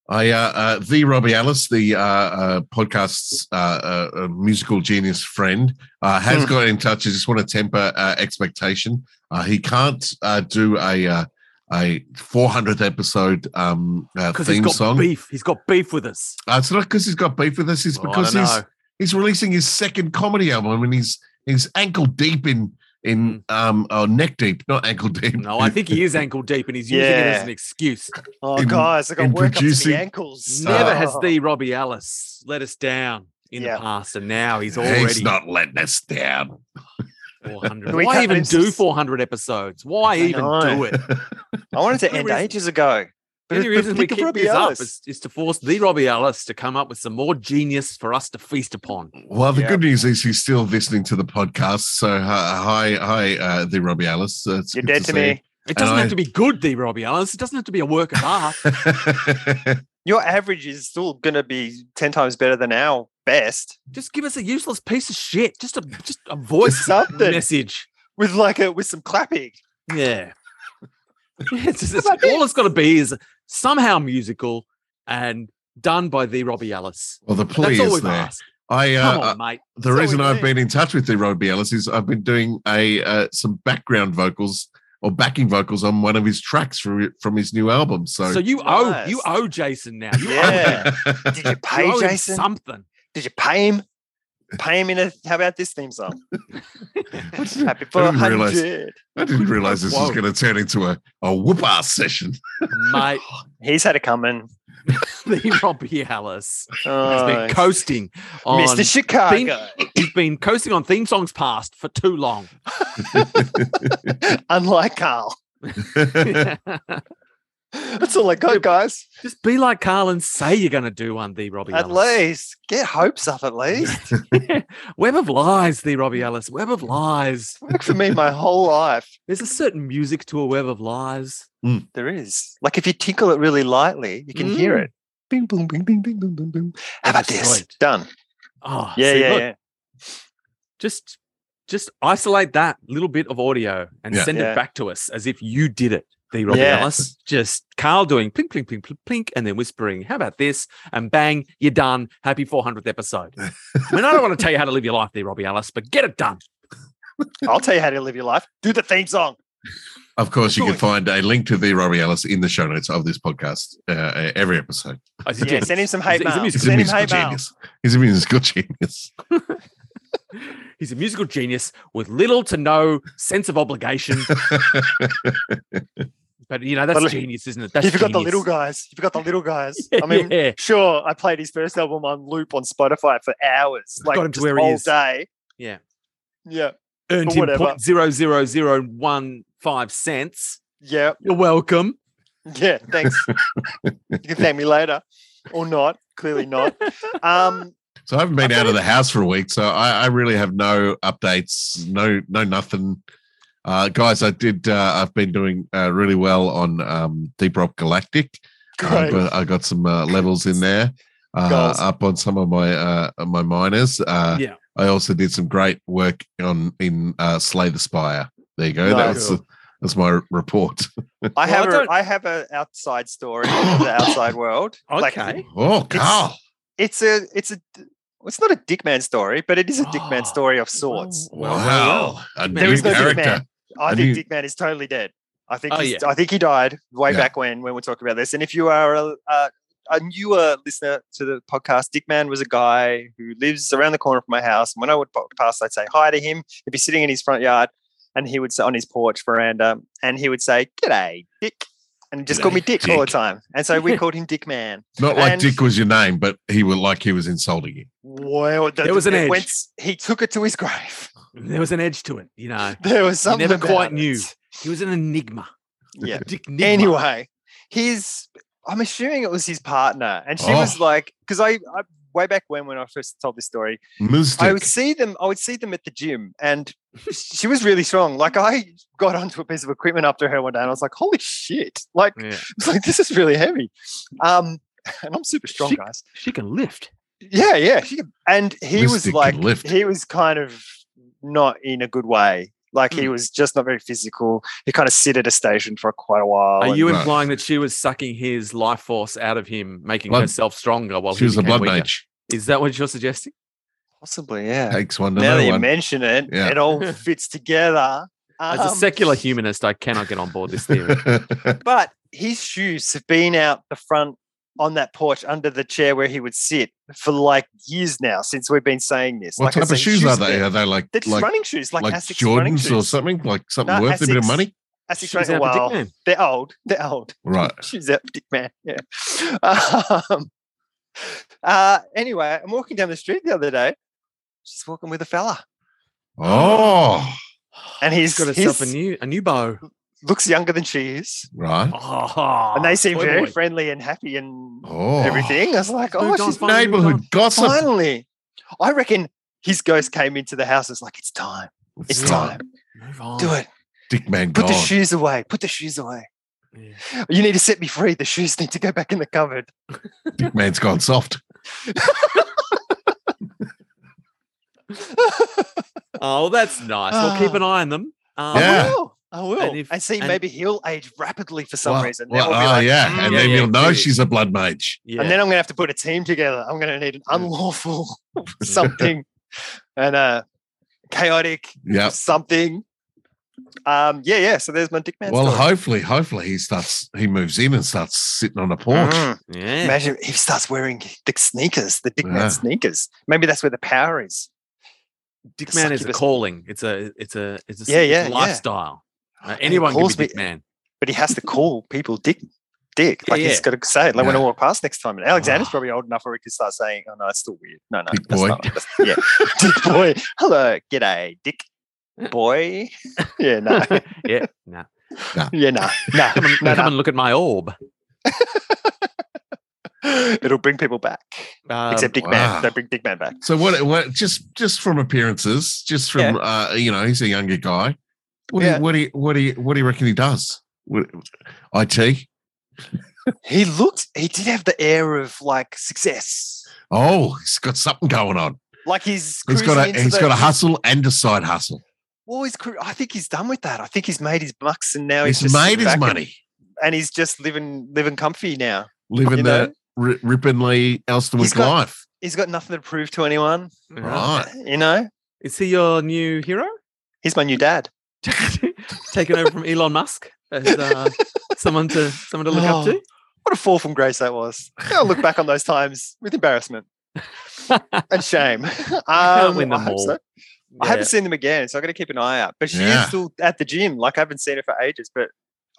Speaker 1: I uh, uh the Robbie Alice, the uh, uh podcast's uh, uh uh, musical genius friend, uh has
Speaker 5: Hmm.
Speaker 1: got in touch. I just want to temper uh, expectation. Uh he can't uh do a uh a 400th episode um uh,
Speaker 4: Because he's
Speaker 1: theme
Speaker 4: got
Speaker 1: song.
Speaker 4: beef. He's got beef with us.
Speaker 1: Uh, it's not because he's got beef with us. It's
Speaker 4: Oh, I
Speaker 1: because
Speaker 4: don't
Speaker 1: he's he's releasing his second comedy album and he's he's ankle deep in in um oh, neck deep, not ankle deep.
Speaker 4: know. Hmm. No, I think he is ankle deep and he's using it as
Speaker 5: Yeah.
Speaker 4: an excuse.
Speaker 5: Oh
Speaker 1: In-
Speaker 5: guys, I got
Speaker 1: in
Speaker 5: work up to
Speaker 1: producing-
Speaker 5: the ankles.
Speaker 4: Never has
Speaker 5: Oh.
Speaker 4: the Robbie Alice let us down in
Speaker 5: Yeah.
Speaker 4: the past, and now he's
Speaker 1: he's
Speaker 4: already
Speaker 1: not letting us down.
Speaker 4: 400.
Speaker 5: We
Speaker 4: Why
Speaker 5: can't
Speaker 4: even
Speaker 5: lose
Speaker 4: do
Speaker 5: this.
Speaker 4: 400 episodes? Why even
Speaker 5: know.
Speaker 4: do it?
Speaker 5: I wanted to
Speaker 4: The
Speaker 5: end
Speaker 4: reason-
Speaker 5: ages ago.
Speaker 4: The only
Speaker 5: it-
Speaker 4: reason we
Speaker 5: think of
Speaker 4: keep
Speaker 5: Robbie
Speaker 4: these up
Speaker 5: Ellis.
Speaker 4: is, is to force the Robbie Ellis to come up with some more genius for us to feast upon.
Speaker 1: Well, the
Speaker 5: Yeah.
Speaker 1: good news is he's still listening to the podcast. So uh, hi, hi, uh, the Robbie Alice. Uh, it's
Speaker 5: You're
Speaker 1: good
Speaker 5: dead to
Speaker 1: see
Speaker 5: me.
Speaker 4: It doesn't
Speaker 1: I-
Speaker 4: have to be good, the Robbie Ellis. It doesn't have to be a work of art.
Speaker 1: you.
Speaker 5: Your average is still gonna be ten times better than our best.
Speaker 4: Just give us a useless piece of shit. Just a just a voice
Speaker 5: Something.
Speaker 4: message.
Speaker 5: With like a with some clapping.
Speaker 4: Yeah. Yeah, it's just- it's- all it's got to be is somehow musical and done by the Robbie Ellis.
Speaker 1: well, the plea
Speaker 4: That's all
Speaker 1: is
Speaker 4: we've
Speaker 1: there.
Speaker 4: asked.
Speaker 1: I, uh,
Speaker 4: Come
Speaker 1: uh,
Speaker 4: on, mate.
Speaker 1: the
Speaker 5: all
Speaker 1: reason
Speaker 5: we
Speaker 1: I've
Speaker 5: need.
Speaker 1: been in touch with the Robbie Ellis is I've been doing a uh, some background vocals or backing vocals on one of his tracks from from his new album. So,
Speaker 4: So you owe you
Speaker 5: Nice.
Speaker 4: owe Jason now. You
Speaker 5: Yeah.
Speaker 4: owe him.
Speaker 5: Did you
Speaker 4: You
Speaker 5: pay
Speaker 4: owe him
Speaker 5: Jason?
Speaker 4: something.
Speaker 5: Did you pay him? Pay him in a. How about this theme song?
Speaker 1: What's the-
Speaker 5: Happy for
Speaker 1: I
Speaker 5: a
Speaker 1: didn't realize-
Speaker 5: hundred.
Speaker 1: I didn't realize this was
Speaker 4: Whoa.
Speaker 1: going to turn into a, a whoop ass session.
Speaker 4: Mate,
Speaker 5: He's had a coming.
Speaker 4: the Robbie Alice has
Speaker 5: Oh,
Speaker 4: been coasting on.
Speaker 5: Mr. Chicago,
Speaker 4: He's been coasting on theme songs past for too long.
Speaker 5: unlike Carl. That's all I got, guys.
Speaker 4: Just be like Carl and say you're going to do one, the Robbie
Speaker 5: At
Speaker 4: Ellis.
Speaker 5: least get hopes up. At least
Speaker 4: Web of Lies, the
Speaker 5: Mm.
Speaker 4: Robbie Ellis. Web of Lies.
Speaker 5: worked for me my whole life.
Speaker 4: There's a certain music to a Web of Lies.
Speaker 5: There is. Like if you tinkle it really lightly, you can hear it. Bing, boom, bing, bing, bing, boom, boom, boom.
Speaker 4: Mm.
Speaker 5: How about this?
Speaker 4: Destroyed.
Speaker 5: Done.
Speaker 4: Oh,
Speaker 5: Yeah,
Speaker 4: see,
Speaker 5: yeah,
Speaker 4: look,
Speaker 5: yeah.
Speaker 4: Just, just isolate that little bit of audio and
Speaker 1: Yeah.
Speaker 4: send
Speaker 5: Yeah.
Speaker 4: it back to us as if you did it, the Robbie
Speaker 5: Yeah.
Speaker 4: Ellis. Just Carl doing plink, plink, plink, plink, plink, and then whispering, "How about this?" And bang, you're done. Happy 400th episode. I mean, I don't want to tell you how to live your life, the Robbie Ellis, but get it done.
Speaker 5: I'll tell you how to live your life. Do the theme song.
Speaker 1: Of course, you
Speaker 5: Sure.
Speaker 1: can find a link to the Robbie Ellis in the show notes of this podcast uh, every episode.
Speaker 4: I
Speaker 5: Yeah,
Speaker 4: suggest
Speaker 5: send him some
Speaker 4: He's-
Speaker 5: hate
Speaker 4: he's a
Speaker 5: mail.
Speaker 4: musical-
Speaker 1: He's a
Speaker 5: Send him
Speaker 1: musical
Speaker 5: hate mail.
Speaker 1: genius. He's a musical genius.
Speaker 4: He's a musical genius with little to no sense of obligation. but you know, that's
Speaker 5: But look,
Speaker 4: genius, isn't it? That's
Speaker 5: You forgot the little
Speaker 4: genius.
Speaker 5: guys. You forgot the little guys. I
Speaker 4: Yeah,
Speaker 5: mean,
Speaker 4: yeah.
Speaker 5: sure, I played his first album on loop on Spotify for hours, like
Speaker 4: got him to
Speaker 5: just
Speaker 4: where he
Speaker 5: all
Speaker 4: is.
Speaker 5: day.
Speaker 4: Yeah.
Speaker 5: Yeah.
Speaker 4: earned
Speaker 5: but
Speaker 4: him
Speaker 5: whatever.
Speaker 4: point zero zero zero one five cents.
Speaker 5: Yeah.
Speaker 4: You're welcome.
Speaker 5: Yeah. Thanks. you can thank me later. Or not. Clearly not. Um,
Speaker 1: So I haven't been out of the house for a week, so I, I really have no updates, no no nothing. Uh, guys, I did. Uh, I've been doing uh, really well on um, Deep Rock Galactic. I
Speaker 5: great.
Speaker 1: got, I got some uh, levels in there, uh,
Speaker 5: Goals.
Speaker 1: up on some of my uh, my miners. Uh,
Speaker 4: Yeah.
Speaker 1: I also did some great work on in uh, Slay the Spire. There you go.
Speaker 5: Nice.
Speaker 1: That's that's my report.
Speaker 5: I
Speaker 4: Well, I
Speaker 5: have a I
Speaker 4: don't-
Speaker 5: have an outside story of the outside world. Like,
Speaker 4: Okay.
Speaker 1: Oh, Carl.
Speaker 5: it's a it's a it's not a dick man story, but it is a dick man
Speaker 4: Oh.
Speaker 5: story of sorts.
Speaker 4: Well, well,
Speaker 1: wow,
Speaker 4: well.
Speaker 1: a
Speaker 4: There
Speaker 1: new
Speaker 4: is no
Speaker 5: Dick Man.
Speaker 1: character.
Speaker 5: I
Speaker 1: And
Speaker 5: think
Speaker 1: you-
Speaker 5: Dick Man is totally dead. I think
Speaker 4: Oh,
Speaker 5: he's, I think he died way
Speaker 1: Yeah.
Speaker 5: back when when we're talking about this. And if you are a, a, a newer listener to the podcast, Dick Man was a guy who lives around the corner from my house. And when I would walk past, I'd say hi to him. He'd be sitting in his front yard, and he would say on his porch veranda, and he would say "G'day, Dick," and he just called me Dick, all the
Speaker 1: Dick.
Speaker 5: time. And so we called him Dick Man.
Speaker 1: Not like
Speaker 5: And-
Speaker 1: Dick was your name, but he was like he was insulting you.
Speaker 5: Well, the,
Speaker 4: There was an
Speaker 5: it
Speaker 4: edge.
Speaker 5: went- he took it to his grave.
Speaker 4: There was an edge to it, you know.
Speaker 5: There was
Speaker 4: You
Speaker 5: something
Speaker 4: never quite
Speaker 5: about
Speaker 4: knew.
Speaker 5: it.
Speaker 4: He was an enigma.
Speaker 5: Yeah.
Speaker 4: Dick
Speaker 5: anyway, his I'm assuming it was his partner, and she was
Speaker 1: Oh.
Speaker 5: like, because I, I way back when when I first told this story, I would
Speaker 1: Mystic.
Speaker 5: see them, I would see them at the gym, and she was really strong. Like I got onto a piece of equipment after her one day, and I was like, holy shit! Like,
Speaker 4: Yeah.
Speaker 5: it's like this is really heavy. Um, and I'm super strong,
Speaker 4: She-
Speaker 5: guys.
Speaker 4: She can lift.
Speaker 5: Yeah, yeah. she- and he was
Speaker 1: Mystic could
Speaker 5: like,
Speaker 1: lift.
Speaker 5: he was kind of not in a good way. Like he
Speaker 4: Mm.
Speaker 5: was just not very physical. He kind of sit at a station for quite a while.
Speaker 4: Are
Speaker 5: and-
Speaker 4: you
Speaker 1: Right.
Speaker 4: implying that she was sucking his life force out of him, making
Speaker 1: Blood-
Speaker 4: herself stronger while
Speaker 1: she
Speaker 4: he
Speaker 1: was a
Speaker 4: became
Speaker 1: blood
Speaker 4: weaker?
Speaker 1: mage.
Speaker 4: Is that what you're suggesting?
Speaker 5: possibly? Yeah.
Speaker 1: Takes one to
Speaker 5: now that
Speaker 1: know
Speaker 5: you
Speaker 1: one.
Speaker 5: mention it,
Speaker 1: Yeah.
Speaker 5: it all fits together.
Speaker 4: As
Speaker 5: Um,
Speaker 4: a secular humanist, I cannot get on board this theory.
Speaker 5: but his shoes have been out the front on that porch under the chair where he would sit for like years now since we've been saying this.
Speaker 1: what
Speaker 5: like I
Speaker 1: type of
Speaker 5: say,
Speaker 1: shoes are they?
Speaker 5: there.
Speaker 1: Are they like
Speaker 5: They're just
Speaker 1: like,
Speaker 5: running shoes, like,
Speaker 1: like
Speaker 5: Asics running
Speaker 1: Jordans
Speaker 5: shoes.
Speaker 1: or something? Like something
Speaker 5: No,
Speaker 1: worth a bit of
Speaker 5: Asics.
Speaker 1: money?
Speaker 5: Asics
Speaker 4: She was out
Speaker 5: running.
Speaker 4: for Dick
Speaker 5: Well,
Speaker 4: Man.
Speaker 5: they're old. They're old.
Speaker 1: Right.
Speaker 5: She's a dick man. Yeah. Um, uh, anyway, I'm walking down the street the other day. She's walking with a fella,
Speaker 1: Oh,
Speaker 5: and
Speaker 4: She's
Speaker 5: he's,
Speaker 4: got
Speaker 5: he's
Speaker 4: herself a new a new bow.
Speaker 5: looks younger than she is,
Speaker 1: right.
Speaker 4: Oh,
Speaker 5: and they seem
Speaker 4: toy
Speaker 5: very
Speaker 4: boy.
Speaker 5: friendly and happy and
Speaker 1: Oh,
Speaker 5: everything. I was like,
Speaker 4: Moved
Speaker 5: oh,
Speaker 4: on
Speaker 5: she's
Speaker 4: from- finally moved
Speaker 1: Neighborhood
Speaker 4: on.
Speaker 1: gossip.
Speaker 5: finally. I reckon his ghost came into the house. It's like it's time. It's
Speaker 1: Right.
Speaker 5: time.
Speaker 4: Move on.
Speaker 5: Do it.
Speaker 1: Dick man
Speaker 5: Put
Speaker 1: gone.
Speaker 5: the shoes away. Put the shoes away.
Speaker 4: Yeah.
Speaker 5: You need to set me free. The shoes need to go back in the cupboard.
Speaker 1: Dick man's gone soft.
Speaker 4: Oh, that's nice. We'll
Speaker 5: Ah.
Speaker 4: keep an eye on them. Um,
Speaker 1: Yeah.
Speaker 5: I will. I will. And,
Speaker 4: if-
Speaker 5: see,
Speaker 4: and-
Speaker 5: maybe he'll age rapidly for some
Speaker 1: Well,
Speaker 5: reason. Then
Speaker 1: well,
Speaker 5: we'll be
Speaker 1: oh,
Speaker 5: like,
Speaker 1: yeah.
Speaker 5: "Mm."
Speaker 1: And
Speaker 4: Yeah,
Speaker 1: then
Speaker 4: yeah,
Speaker 1: you'll know
Speaker 4: clearly.
Speaker 1: she's a blood mage.
Speaker 4: yeah.
Speaker 5: And then I'm going to have to put a team together. I'm going to need an unlawful something and a chaotic
Speaker 1: Yep.
Speaker 5: something. Um, yeah, yeah. So there's my dick man.
Speaker 1: Well,
Speaker 5: story.
Speaker 1: hopefully, hopefully he starts, he moves in and starts sitting on a porch.
Speaker 5: Mm.
Speaker 4: yeah.
Speaker 5: Imagine if he starts wearing the sneakers, the dick
Speaker 1: Yeah.
Speaker 5: man sneakers. Maybe that's where the power is.
Speaker 4: Dick man is a
Speaker 5: succubus-
Speaker 4: calling. It's a it's a it's a
Speaker 5: Yeah,
Speaker 4: it's a
Speaker 5: yeah, yeah.
Speaker 4: lifestyle. Uh,
Speaker 5: And he
Speaker 4: anyone can be
Speaker 5: calls me-
Speaker 4: dick man.
Speaker 5: but he has to call people dick dick
Speaker 4: Yeah,
Speaker 5: like he's
Speaker 4: yeah.
Speaker 5: got to say it like when i walk past next time and alexander's
Speaker 4: Ah.
Speaker 5: probably old enough where he could start saying oh no it's still weird no no
Speaker 1: Dick
Speaker 5: that's
Speaker 1: boy.
Speaker 5: not- that's- yeah dick boy hello g'day dick boy yeah no
Speaker 4: yeah, no.
Speaker 5: yeah no no
Speaker 4: Come, and,
Speaker 5: no,
Speaker 4: come
Speaker 5: no.
Speaker 4: and look at my orb.
Speaker 5: it'll bring people back
Speaker 4: Um,
Speaker 5: except dick
Speaker 1: wow.
Speaker 5: man they bring dick man back
Speaker 1: So what? What? Just just from appearances, just from uh, you know, he's a younger guy. What do
Speaker 5: Yeah.
Speaker 1: you, what do you, what do you, what do you reckon he does? What, it.
Speaker 5: he looked he did have the air of like success
Speaker 1: Oh, he's got something going on.
Speaker 5: like he's
Speaker 1: He's
Speaker 5: cruising
Speaker 1: got a
Speaker 5: into
Speaker 1: he's
Speaker 5: the-
Speaker 1: got a hustle and a side hustle.
Speaker 5: well he's cru- i think he's done with that i think he's made his bucks and now he's,
Speaker 1: He's
Speaker 5: just
Speaker 1: made
Speaker 5: sitting
Speaker 1: his
Speaker 5: back and-
Speaker 1: money,
Speaker 5: and he's just living living comfy now
Speaker 1: living
Speaker 5: you
Speaker 1: the
Speaker 5: know?
Speaker 1: ri rippingly Elsternwick
Speaker 5: He's got-
Speaker 1: life.
Speaker 5: he's got nothing to prove to anyone.
Speaker 4: yeah.
Speaker 1: Right.
Speaker 5: You know,
Speaker 4: Um, Is he your new hero?
Speaker 5: he's my new dad.
Speaker 4: Taken over from Elon Musk as uh, someone to someone to look up to.
Speaker 5: What a fall from grace that was. I'll look back on those times with embarrassment and shame. Um,
Speaker 4: can't win them
Speaker 5: I hope
Speaker 4: all.
Speaker 5: so. Oh. I
Speaker 4: Yeah.
Speaker 5: haven't seen them again, so I'm going to keep an eye out. But she
Speaker 1: Yeah.
Speaker 5: is still at the gym. Like I haven't seen her for ages, but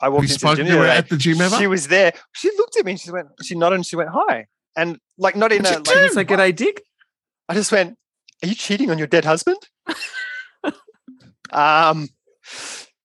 Speaker 5: I
Speaker 1: Have you
Speaker 5: walked into the
Speaker 1: spoken
Speaker 5: gym
Speaker 1: to
Speaker 5: the
Speaker 1: her
Speaker 5: other
Speaker 1: at
Speaker 5: day.
Speaker 1: the gym ever?
Speaker 5: She was there. She looked at me and she went, she nodded and she went, hi. And like, not in a,
Speaker 4: She didn't
Speaker 5: like,
Speaker 4: say g'day, Dick.
Speaker 5: I just went, "Are you cheating on your dead husband?" um,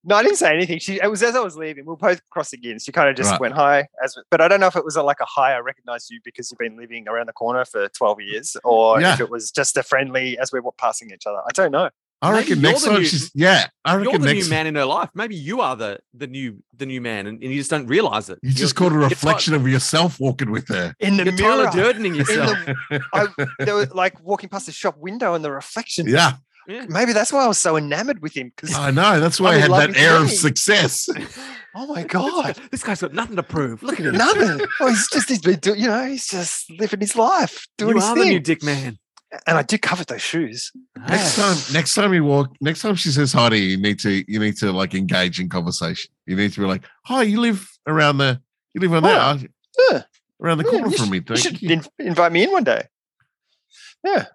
Speaker 5: no, I didn't say anything. She it was as I was leaving. We were both crossing in. She kind of just
Speaker 1: Right.
Speaker 5: went hi, as but I don't know if it was a, like a hi. I recognize you because you've been living around the corner for twelve years, or
Speaker 1: Yeah.
Speaker 5: if it was just a friendly as we were passing each other. I don't know.
Speaker 1: I
Speaker 4: Mate,
Speaker 1: reckon
Speaker 4: you're
Speaker 1: next
Speaker 4: the
Speaker 1: time
Speaker 4: new-
Speaker 1: she's yeah. I
Speaker 4: You're
Speaker 1: reckon
Speaker 4: the
Speaker 1: next
Speaker 4: new man in her life. Maybe you are the the new the new man, and, and you just don't realize it.
Speaker 1: you just
Speaker 4: You're-
Speaker 1: caught a
Speaker 4: you're Ty-
Speaker 1: reflection of yourself walking with her.
Speaker 5: In the
Speaker 4: You're
Speaker 5: mirror,
Speaker 4: Tyler Durdening
Speaker 5: in
Speaker 4: yourself.
Speaker 5: the, there was like walking past the shop window and the reflection.
Speaker 1: Yeah,
Speaker 4: Yeah.
Speaker 5: Maybe that's why I was so enamored with him because
Speaker 1: I know. That's why
Speaker 5: I'm
Speaker 1: I
Speaker 5: in
Speaker 1: had
Speaker 5: love
Speaker 1: that
Speaker 5: with
Speaker 1: air of
Speaker 5: Jenny.
Speaker 1: success.
Speaker 5: oh my god,
Speaker 4: This guy's got nothing to prove. Look at him.
Speaker 5: Nothing. Oh, he's just he's been doing, you know, he's just living his life,
Speaker 4: You
Speaker 5: doing his
Speaker 4: are the
Speaker 5: thing.
Speaker 4: new Dick man.
Speaker 5: and I do cover those shoes.
Speaker 1: Next
Speaker 4: Ah.
Speaker 1: time, next time you walk, next time she says hi to you, you need to you need to like engage in conversation. You need to be like, "Hi, you live around the you live on there,
Speaker 5: Yeah.
Speaker 1: aren't-
Speaker 5: Yeah,
Speaker 1: around the
Speaker 5: Yeah,
Speaker 1: corner
Speaker 5: you
Speaker 1: from me."
Speaker 5: you
Speaker 1: Don't
Speaker 5: should
Speaker 1: you?"
Speaker 5: in- invite me in one day. Yeah,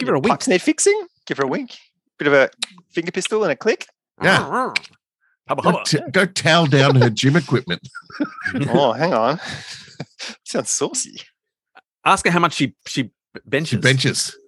Speaker 4: Give her a wink.
Speaker 5: pipes need fixing. Give her a wink. Bit of a finger pistol and a click.
Speaker 1: Yeah.
Speaker 4: Arr, arr. Hubba,
Speaker 1: Go,
Speaker 4: hubba.
Speaker 1: t- go towel down her gym equipment.
Speaker 5: oh, hang on. Sounds saucy.
Speaker 4: Ask her how much she she benches.
Speaker 1: She benches.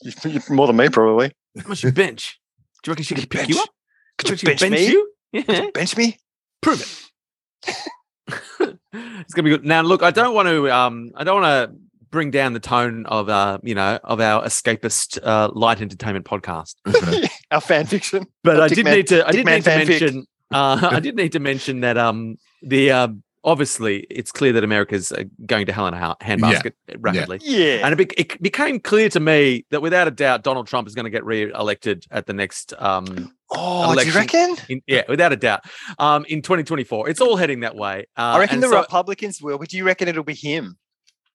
Speaker 5: You- you- More than me, probably.
Speaker 4: How much she bench? Do you reckon she
Speaker 5: Could
Speaker 4: could
Speaker 5: you
Speaker 4: pick you
Speaker 5: bench-
Speaker 4: up?
Speaker 5: could you
Speaker 4: Do reckon she
Speaker 5: bench me?
Speaker 4: you? Yeah.
Speaker 5: Bench me.
Speaker 4: Prove it. it's gonna be good. Now, look, I don't want to. Um, I don't want to bring down the tone of uh, you know, of our escapist uh, light entertainment podcast.
Speaker 1: Okay.
Speaker 5: Our fan fiction.
Speaker 4: but
Speaker 5: Oh,
Speaker 4: I
Speaker 5: Dick
Speaker 4: did
Speaker 5: Man-
Speaker 4: need to. I
Speaker 5: Dick
Speaker 4: did
Speaker 5: Man
Speaker 4: need to
Speaker 5: fanfic.
Speaker 4: mention. Uh, I did need to mention that um, the um, obviously it's clear that America's uh, going to hell in a ha- handbasket rapidly,
Speaker 5: Yeah.
Speaker 4: and it, bec- it became clear to me that without a doubt Donald Trump is going to get re-elected at the next um,
Speaker 5: Oh, do you
Speaker 4: election.
Speaker 5: reckon?
Speaker 4: in, yeah, without a doubt, um, in 2024. It's all heading that way. Uh,
Speaker 5: I reckon
Speaker 4: and
Speaker 5: the
Speaker 4: so-
Speaker 5: Republicans will, but do you reckon it'll be him?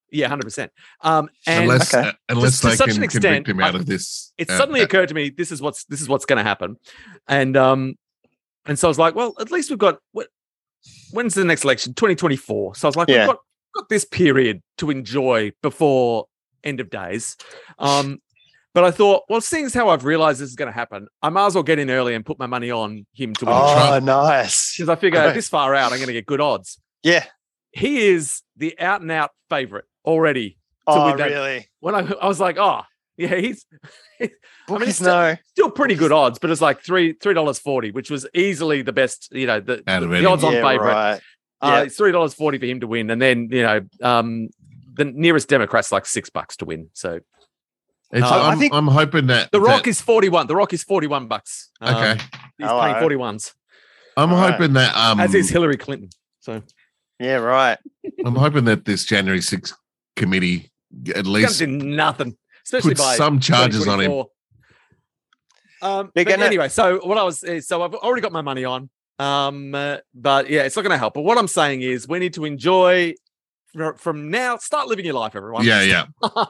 Speaker 4: yeah, hundred percent. Um, and
Speaker 1: unless
Speaker 5: Okay.
Speaker 1: uh, unless
Speaker 4: To- to
Speaker 1: they
Speaker 4: such an
Speaker 1: can
Speaker 4: extent,
Speaker 1: convict him
Speaker 4: I-
Speaker 1: out of this.
Speaker 4: it
Speaker 1: uh,
Speaker 4: suddenly
Speaker 1: uh,
Speaker 4: occurred to me this is what's this is what's going to happen and um and so i was like well at least we've got what when's the next election 2024 so i was like
Speaker 5: Yeah.
Speaker 4: we've got, got this period to enjoy before end of days um but i thought well seeing as how i've realized this is going to happen i might as well get in early and put my money on him to win
Speaker 5: Oh,
Speaker 1: Trump.
Speaker 5: nice.
Speaker 4: because i figure
Speaker 5: great.
Speaker 4: this far out i'm going to get good odds
Speaker 5: Yeah.
Speaker 4: he is the out and out favorite already
Speaker 5: Oh,
Speaker 4: win that-
Speaker 5: really?
Speaker 4: when i, I was like oh yeah he's mean,
Speaker 5: Bookies
Speaker 4: it's still-
Speaker 5: know.
Speaker 4: still pretty good odds, but it's like three three dollars forty, which was easily the best. You know, the,
Speaker 1: Out
Speaker 4: the,
Speaker 1: of
Speaker 4: the
Speaker 1: any.
Speaker 4: odds on favorite.
Speaker 5: Right.
Speaker 4: Uh,
Speaker 5: yeah.
Speaker 4: it's three dollars forty for him to win, and then you know, um, the nearest Democrat's like six bucks to win. So
Speaker 1: it's-
Speaker 4: I- I
Speaker 1: I'm,
Speaker 5: think-
Speaker 1: I'm hoping that
Speaker 4: the Rock
Speaker 1: that-
Speaker 4: is forty one. The Rock is forty one bucks. Um,
Speaker 1: okay.
Speaker 4: he's
Speaker 5: Hello.
Speaker 4: paying forty ones,
Speaker 1: I'm
Speaker 5: all right.
Speaker 1: hoping that um
Speaker 4: as is Hillary Clinton. So
Speaker 5: Yeah, right.
Speaker 1: I'm hoping that this January 6th committee at
Speaker 4: he's
Speaker 1: least
Speaker 4: gonna do nothing, especially
Speaker 1: put
Speaker 4: by
Speaker 1: some charges on him.
Speaker 4: 2024. Um,
Speaker 5: They're
Speaker 4: but
Speaker 5: gonna-
Speaker 4: anyway, so what I was, uh, so I've already got my money on. Um, uh, but yeah, it's not going to help. But what I'm saying is, we need to enjoy fr- from now. Start living your life, everyone.
Speaker 1: Yeah, yeah.